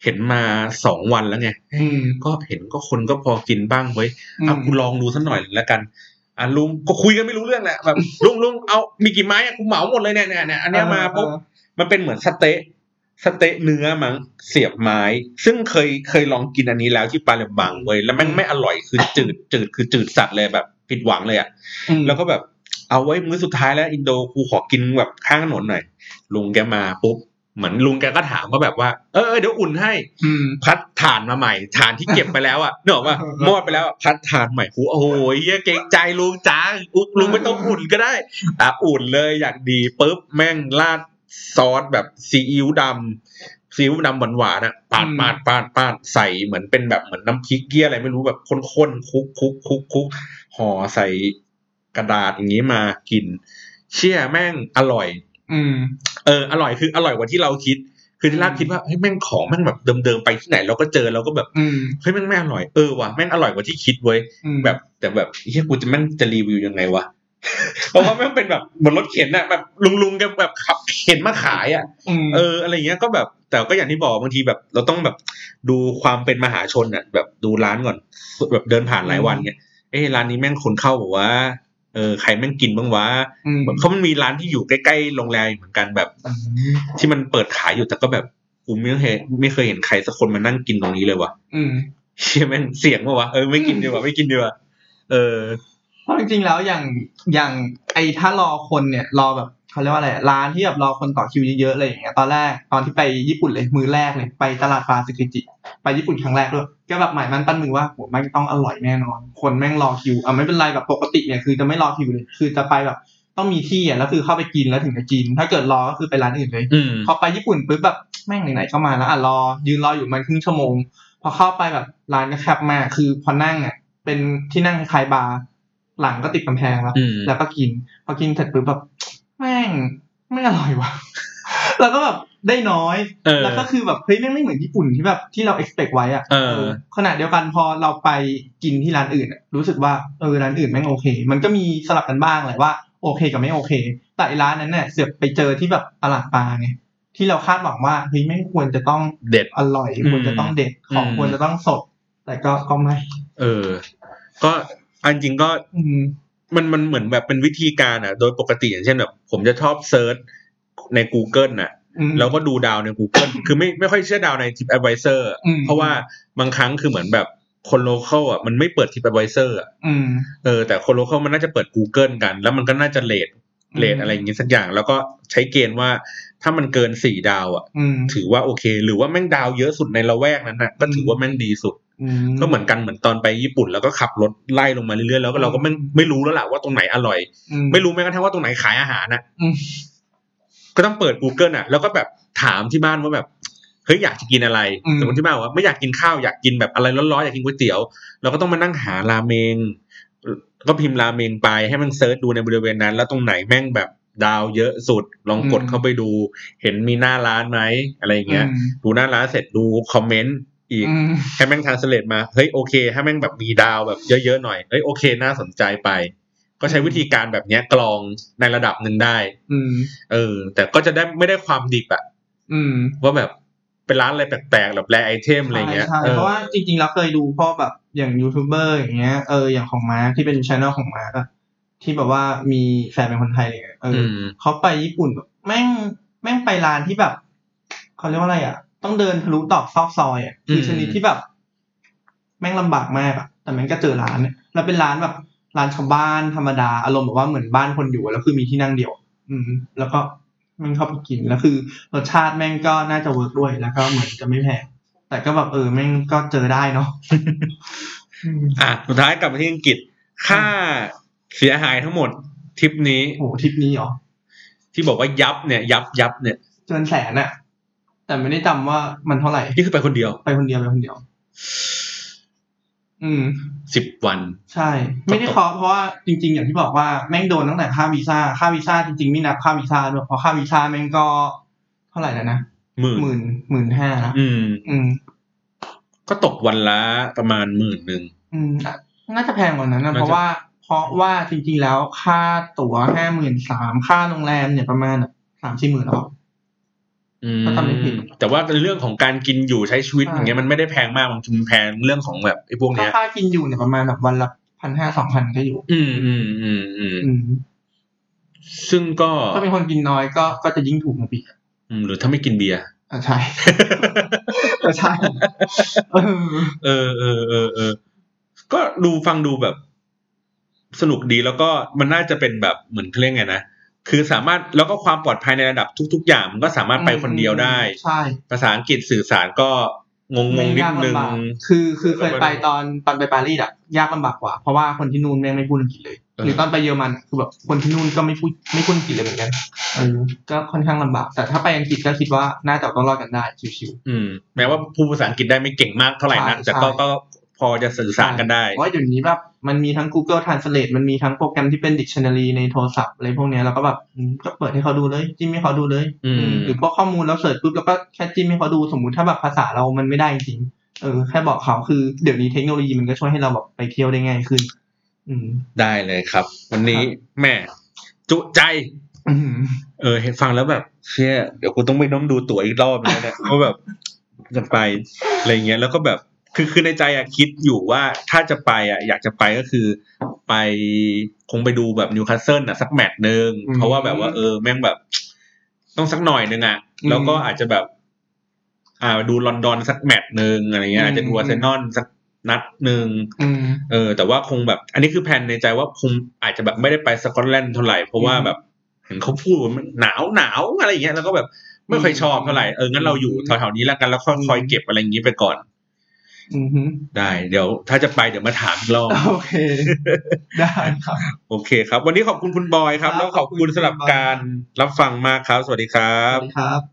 [SPEAKER 2] เห็นมาสองวันแล้วไง
[SPEAKER 3] อืม
[SPEAKER 2] ก็เห็นก็คนก็พอกินบ้างเว้ย
[SPEAKER 3] อืม
[SPEAKER 2] อ่ะกูลองดูสักหน่อยแล้วกันอ่ะลุงก็คุยกันไม่รู้เรื่องแหละ <laughs> แบบ ลุงลุงเอามีกี่ไม้อ่ะกูเหมาหมดเลยเนี่ยเนี่ยเนี่ยอันเนี้ยมาปุ๊บมันเป็นเหมือนสเต๊ะสเต๊ะเนื้อมั้งเสียบไม้ ซึ่งเคยเคยลองกินอันนี้แล้วที่ปาเลมบังเว้ยแล้วแม่งไม่อร่อยคือจืดจืดคือจืดสัตว์เลยแบบผิดหวังเลยอ่ะ
[SPEAKER 3] อืม
[SPEAKER 2] แล้วก็แบบเอาไว้มื้อสุดท้ายแล้วอินโดกูขอกินแบบข้างถนนหน่อยลุงแกมาปุ๊บเหมือนลุงแกก็ถามว่าแบบว่าเออเออเดี๋ยวอุ่นให้
[SPEAKER 3] อืม
[SPEAKER 2] พัดฐานมาใหม่ฐานที่เก็บไปแล้ว
[SPEAKER 3] <laughs>
[SPEAKER 2] อ่ะ เนกอะว่า
[SPEAKER 3] เออ
[SPEAKER 2] มอดไปแล้วอะพัดฐานใหม่กูโอ้โหเหี้ยเก่งใจลุงจ้าอุ๊บลุงไม่ต้องอุ่นก็ได้อ่ะอุ่นเลยอย่างดีปุ๊บแม่งราดซอสแบบซีอิ๊วดำซีอิ๊วดำหวานหวานๆอะปาด
[SPEAKER 3] อืม
[SPEAKER 2] ปาดปาดปาดใส่เหมือนเป็นแบบเหมือนน้ำพริกเกี้ยอะไรไม่รู้แบบข้นๆคุกคุกคุกคุกห่อใส่กระดาษอย่างนี้มากิน เชี่ยแม่งอร่อย
[SPEAKER 3] อืม
[SPEAKER 2] เอออร่อยคืออร่อยกว่าที่เราคิด คือที่เราคิดว่าเฮ้ยแม่งของแม่งแบบเดิมๆไปที่ไหนเราก็เจอเราก็แบบ
[SPEAKER 3] อืม
[SPEAKER 2] เฮ้ยแม่งไม่อร่อยเออว่ะแม่งอร่อยกว่าที่คิดเว้ย
[SPEAKER 3] อืม
[SPEAKER 2] แบบแต่แบบเฮียกูจะแม่งจะรีวิวยังไงวะ <laughs> เพราะว่าแม่งเป็นแบบเหมือนรถเข็นอะแบบลุงๆแกแบบขับเข็นมาขายอะ
[SPEAKER 3] อืม
[SPEAKER 2] เอออะไรเงี้ยก็แบบแต่ก็อย่างที่บอกบางทีแบบ เราต้องแบบดูความเป็นมหาชนอะแบบดูร้านก่อน แบบเดินผ่านหลายวันเงี้ยเอ้ยร้านนี้แม่งคนเข้าบอกว่าเออใครแม่งกินบ้างวะ
[SPEAKER 3] ม
[SPEAKER 2] เขามันมีร้านที่อยู่ใกล้ๆโรงแรมเหมือนกันแบบ ที่มันเปิดขายอยู่แต่ก็แบบกูไม่เคยไม่เคยเห็นใครสักคนมานั่งกินตรงนี้เลยว่ะ <laughs>
[SPEAKER 3] อืม
[SPEAKER 2] เชี่ยแม่งเสียงปะวะเออไม่กินดีกว่าไม่กินดีกว่าเออ
[SPEAKER 3] เพราะจริงๆแล้วอย่างอย่างไอ้ถ้ารอคนเนี่ยรอแบบเขาเรียกว่าอะไรร้านที่แบบรอคนต่อคิวเยอะๆอะไรอย่างเงี้ยตอนแรกตอนที่ไปญี่ปุ่นเลยมือแรกเลยไปตลาดปลาสึกิจิ ไปญี่ปุ่นครั้งแรกด้วยก็แบบหมายมันปั้นมือว่าโหแม่งต้องอร่อยแน่นอน คนแม่งรอคิวอ่ะไม่เป็นไรแบบปกติเนี่ยคือจะไม่รอคิวเลยคือจะไปแบบต้องมีที่อ่ะแล้วคือเข้าไปกินแล้วถึงจะกิน ถ้าเกิดรอก็คือไปร้านอื่นเลย
[SPEAKER 2] อืม
[SPEAKER 3] พอไปญี่ปุ่นปุ๊บแบบแม่งไหนๆก็มาแล้วอ่ะรอ ยืนรออยู่มันครึ่งชั่วโมง พอเข้าไปแบบร้านก็แคบมากคือพอนั่งอ่ะเป็นที่นั่งคล้ายๆบาร์หลังก็ติดกำแพงแล้ว
[SPEAKER 2] อืม
[SPEAKER 3] แล้วก็กิน พอกินเสร็จปุ๊บแบบแม่งไม่อร่อยว่ะ <laughs> แล้วก็แบบได้น้อย
[SPEAKER 2] เออ
[SPEAKER 3] แล้วก็คือแบบเฮ้ยแม่งไม่เหมือนญี่ปุ่นที่แบบที่เรา expect ไว้อะ
[SPEAKER 2] เออ
[SPEAKER 3] เออขณะเดียวกันพอเราไปกินที่ร้านอื่นอะรู้สึกว่าเออร้านอื่นแม่งโอเค มันก็มีสลับกันบ้างแหละว่าโอเคกับไม่โอเค แต่ไอ้ร้านนั้นเนี่ยเสือกไปเจอที่แบบตลาดปลาไงที่เราคาดหวังว่าเฮ้ยแม่งควรจะต้อง
[SPEAKER 2] เด็ด
[SPEAKER 3] อร่อย
[SPEAKER 2] อืม
[SPEAKER 3] ควรจะต้องเด็ดของ
[SPEAKER 2] อืม
[SPEAKER 3] ควรจะต้องสด แต่ก็ก็ไม่
[SPEAKER 2] เออ ก็อันจริงก็
[SPEAKER 3] อืม
[SPEAKER 2] มันมันเหมือนแบบเป็นวิธีการอ่ะ โดยปกติอย่างเช่นแบบ ผมจะชอบเซิร์ชใน Google น่ะ
[SPEAKER 3] อืม
[SPEAKER 2] แล้วก็ดูดาวใน Google คือไม่ไม่ค่อยเชื่อดาวใน Tip Advisor อะ
[SPEAKER 3] อืม
[SPEAKER 2] เพราะว่าบางครั้งคือเหมือนแบบคนโลเคอลอ่ะมันไม่เปิด Tip Advisor อ่ะ
[SPEAKER 3] อืม
[SPEAKER 2] เออแต่คนโลเคอลมันน่าจะเปิด Google กัน แล้วมันก็น่าจะเลทเลทอะไรอย่างงี้สักอย่าง แล้วก็ใช้เกณฑ์ว่าถ้ามันเกินสี่ดาวอ่ะ
[SPEAKER 3] อืม
[SPEAKER 2] ถือว่าโอเค หรือว่าแม่งดาวเยอะสุดในละแวกนั้นนะก็ถือว่าแม่งดีสุด
[SPEAKER 3] อื
[SPEAKER 2] ก็เหมือนกันเหมือนตอนไปญี่ปุ่น แล้วก็ขับรถไล่ลงมาเรื่อยๆแล้วก็เราก็ไม่
[SPEAKER 3] อืม
[SPEAKER 2] ไม่รู้แล้วล่ะว่าตรงไหนอร่อย
[SPEAKER 3] อื
[SPEAKER 2] ไม่รู้แม้กระทั่งว่าตรงไหนขายอาหารน่ะ
[SPEAKER 3] อืม
[SPEAKER 2] ก็ต้องเปิด Google อ่ะ แล้วก็แบบถามที่บ้านว่าแบบเฮ้ยอยากจะกินอะไร
[SPEAKER 3] อืม
[SPEAKER 2] สมมติที่บ้านบอกว่าไม่อยากกินข้าวอยากกินแบบอะไรร้อนๆอยากกินก๋วยเตี๋ยวเราก็ต้องมานั่งหาราเมงก็พิมพ์ราเมงไปให้มันเซิร์ชดูในบริเวณนั้น แล้วตรงไหนแม่งแบบดาวเยอะสุดลองกดเข้าไปดู เห็นมีหน้าร้านไหมอะไรอย่างเงี้ย
[SPEAKER 3] อืม
[SPEAKER 2] ดูหน้าร้านเสร็จดูคอมเมนต์อีก
[SPEAKER 3] อืม
[SPEAKER 2] ให้แม่งทางสเลตมาเฮ้ยโอเคให้แม่งแบบมีดาวแบบเยอะๆหน่อยเฮ้ยโอเคน่าสนใจไป ก็ใช้วิธีการแบบเนี้ยกรองในระดับหนึ่งได้
[SPEAKER 3] อืม
[SPEAKER 2] เออ แต่ก็จะได้ไม่ได้ความดิบอะ
[SPEAKER 3] อืม
[SPEAKER 2] ว่าแบบเป็นร้านอะไรแปลกๆแบบแรไอเทมอะไรเงี้ย
[SPEAKER 3] ใช่
[SPEAKER 2] อ
[SPEAKER 3] ใช่
[SPEAKER 2] อ
[SPEAKER 3] เพราะว่าจริงๆเราเคยดูพวกแบบอย่างยูทูบเบอร์อย่างเงี้ยเอออย่างของมาร์คที่เป็นช anel ของมาร์คอะที่แบบว่ามีแฟนเป็นคนไทยอะไรเลยเออ
[SPEAKER 2] อื
[SPEAKER 3] อ
[SPEAKER 2] ม
[SPEAKER 3] เขาไปญี่ปุ่นแบบแม่งแม่งไปร้านที่แบบเขาเรียกว่าอะไรอ่ะ ต้องเดินทะลุตอกซอกซอยอ่ะคืออ
[SPEAKER 2] ม
[SPEAKER 3] ชนิดที่แบบ แม่งลำบากมากอะแต่แม่งก็เจอร้านเนี่ยแล้วเป็นร้านแบบร้านชาวบ้านธรรมดาอารมณ์แบบว่าเหมือนบ้านคนอยู่อะแล้วคือมีที่นั่งเดียว อืม แล้วก็แม่งเข้าไปกินแล้วคือรสชาติแม่งก็น่าจะเวิร์กด้วยแล้วก็เหมือนจะไม่แพงแต่ก็แบบเออแม่งก็เจอได้เนาะ <laughs> อืม
[SPEAKER 2] อ่ะสุดท้ายกลับมาที่อังกฤษค่าเสียหายทั้งหมดทริปนี้
[SPEAKER 3] โหทริปนี้เหรอ
[SPEAKER 2] ที่บอกว่ายับเนี่ย ยับยับเนี่ย
[SPEAKER 3] เกินแสนอะแต่ไม่ได้จำว่ามันเท่าไหร่
[SPEAKER 2] นี่คือไปคนเดียว
[SPEAKER 3] ไปคนเดียวไปคนเดียว อืม
[SPEAKER 2] สิบวัน
[SPEAKER 3] ใช่ ไม่ได้เคาะเพราะว่าจริง ๆ อย่างที่บอกว่าแม่งโดนตั้งแต่ค่าวีซ่าค่าวีซ่าจริงๆไม่นับค่าวีซ่าด้วยเพราะค่าวีซ่าแม่งก็เท่าไหร่แล้วนะ
[SPEAKER 2] หมื่น
[SPEAKER 3] หมื่นหมื่นห้านะ
[SPEAKER 2] อืม
[SPEAKER 3] อืม
[SPEAKER 2] ก็ตกวันละประมาณหมื่นหนึ่ง
[SPEAKER 3] อืมอ่ะน่าจะแพงกว่านั้นนะ
[SPEAKER 2] น่าจะ
[SPEAKER 3] เพราะว่าเพราะว่าจริง ๆ แล้วค่าตั๋วห้าหมื่นสามค่าโรงแรมเนี่ยประมาณสามสี่หมื่นแล้ว
[SPEAKER 2] อืม
[SPEAKER 3] ถ้าจำไม่ผิด
[SPEAKER 2] แต่ว่าในเรื่องของการกินอยู่ใช้ชีวิต
[SPEAKER 3] ใช่
[SPEAKER 2] อย่างเงี้ยมันไม่ได้แพงมากมันคือแพงเรื่องของแบบไอ้พวก
[SPEAKER 3] ถ้า
[SPEAKER 2] เนี้ย
[SPEAKER 3] ค่ากินอยู่เนี่ยประมาณแบบวันละพันห้าสองพันก็อยู่
[SPEAKER 2] อืมอืมอืมอืม
[SPEAKER 3] อืม
[SPEAKER 2] ซึ่งก็
[SPEAKER 3] ถ้าเป็นคนกินน้อยก็ก็จะยิ่งถูกมาปีก
[SPEAKER 2] อืมหรือถ้าไม่กินเบียร์
[SPEAKER 3] <laughs> อ่ะใช่ ก็ใช่เออ
[SPEAKER 2] เออเออเออเออ ก็ดูฟังดูแบบสนุกดีแล้วก็มันน่าจะเป็นแบบเหมือนเขาเรียกไงนะ คือสามารถแล้วก็ความปลอดภัยในระดับทุก ๆ อย่างมันก็สามารถ <laughs> ไปคนเดียวได้
[SPEAKER 3] ใช่
[SPEAKER 2] ภาษาอังกฤษสื่อสารก็งงงๆนิดนึง
[SPEAKER 3] ไม่ยากลำบากคือคือเคยไปตอนตอนไปปารีสอะยากลำบากกว่า เพราะว่าคนที่นู่นแม่งไม่พูดอังกฤษเลย
[SPEAKER 2] เออ
[SPEAKER 3] หรือตอนไปเยอรมันคือแบบคนที่นู่นก็ไม่พูดไม่พูดอังกฤษเลยเหมือนกันเออก็ค่อนข้างลำบาก แต่ถ้าไปอังกฤษก็คิดว่าน่าจะต้องรอดกันได้ชิว
[SPEAKER 2] อืม แม้ว่าผู้ภาษาอังกฤษได้ไม่เก่งมากเท่าไหร่นัก
[SPEAKER 3] ใช่
[SPEAKER 2] แต่ก็
[SPEAKER 3] ใช่
[SPEAKER 2] ก็พอจะสื่อ
[SPEAKER 3] ๆ
[SPEAKER 2] สารกันได้
[SPEAKER 3] เพราะว่าเดี๋ยวนี้แบบมันมีทั้ง Google Translate มันมีทั้งโปรแกรมที่เป็น dictionary ในโทรศัพท์อะไรพวกเนี้ยแล้วก็แบบอืมก็เปิดให้เขาดูเลยจิ้มให้เขาดูเลย
[SPEAKER 2] อืม
[SPEAKER 3] อืมหรือพวกข้อมูลเราเสิร์ชปุ๊บแล้วก็แค่จิ้มให้เขาดูสมมุติถ้าแบบภาษาเรามันไม่ได้จริงเออแค่บอกเขาคือเดี๋ยวนี้เทคโนโลยีมันก็ช่วยให้เราแบบไปเที่ยวได้ง่ายขึ้น อืม
[SPEAKER 2] ได้เลยครับ วันนี้
[SPEAKER 3] ครับ
[SPEAKER 2] แหม่ จุใจ
[SPEAKER 3] อืม
[SPEAKER 2] เออเห็นฟังแล้วแบบเชี่ยเดี๋ยวกูต้องไปน้องดูตั๋วอีกรอบแล้ว <laughs> เนี่ยเพราะแบบจะไปอะไรเงี้ยแล้วก็แบบคือคือในใจอะคิดอยู่ว่าถ้าจะไปอะอยากจะไปก็คือไปคงไปดูแบบนิวคาสเซิลอะสักแมตช์หนึ่งเพราะว่าแบบว่าเออแม่งแบบ ต้องสักหน่อยหนึงอะแล้วก็อาจจะแบบ อ่าดูลอนดอนสักแมตช์หนึ่งอะไรเงี้ยอาจจะดูอาร์เซนอลสักนัดหนึ่ง
[SPEAKER 3] อืม
[SPEAKER 2] เออแต่ว่าคงแบบ อันนี้คือแผนในใจว่าคงอาจจะแบบไม่ได้ไปสกอตแลนด์เท่าไหร่เพราะว่า
[SPEAKER 3] อืม
[SPEAKER 2] แบบเห็นเขาพูดว่ามันหนาวหนาวอะไรอย่างเงี้ยแล้วก็แบบไม่ค่อยชอบเท่าไหร่เอองั้นเราอยู่แถวๆนี้แล้วกันแล้วค่อย
[SPEAKER 3] อืม
[SPEAKER 2] คอยเก็บอะไรอย่างงี้ไปก่อน
[SPEAKER 3] อืมฮึ
[SPEAKER 2] ได้ เดี๋ยว ถ้าจะไปเดี๋ยวมาถามอีกรอบ
[SPEAKER 3] โอเค ได้ครับ
[SPEAKER 2] โอเคครับ วันนี้ขอบคุณคุณบอยครับ
[SPEAKER 3] ครับ
[SPEAKER 2] แล้วขอบคุณสำหรับ
[SPEAKER 3] ขอบคุณครับ
[SPEAKER 2] การรับฟังมากครับ สวัสดีครั
[SPEAKER 3] ส
[SPEAKER 2] บ
[SPEAKER 3] วัสดีครับ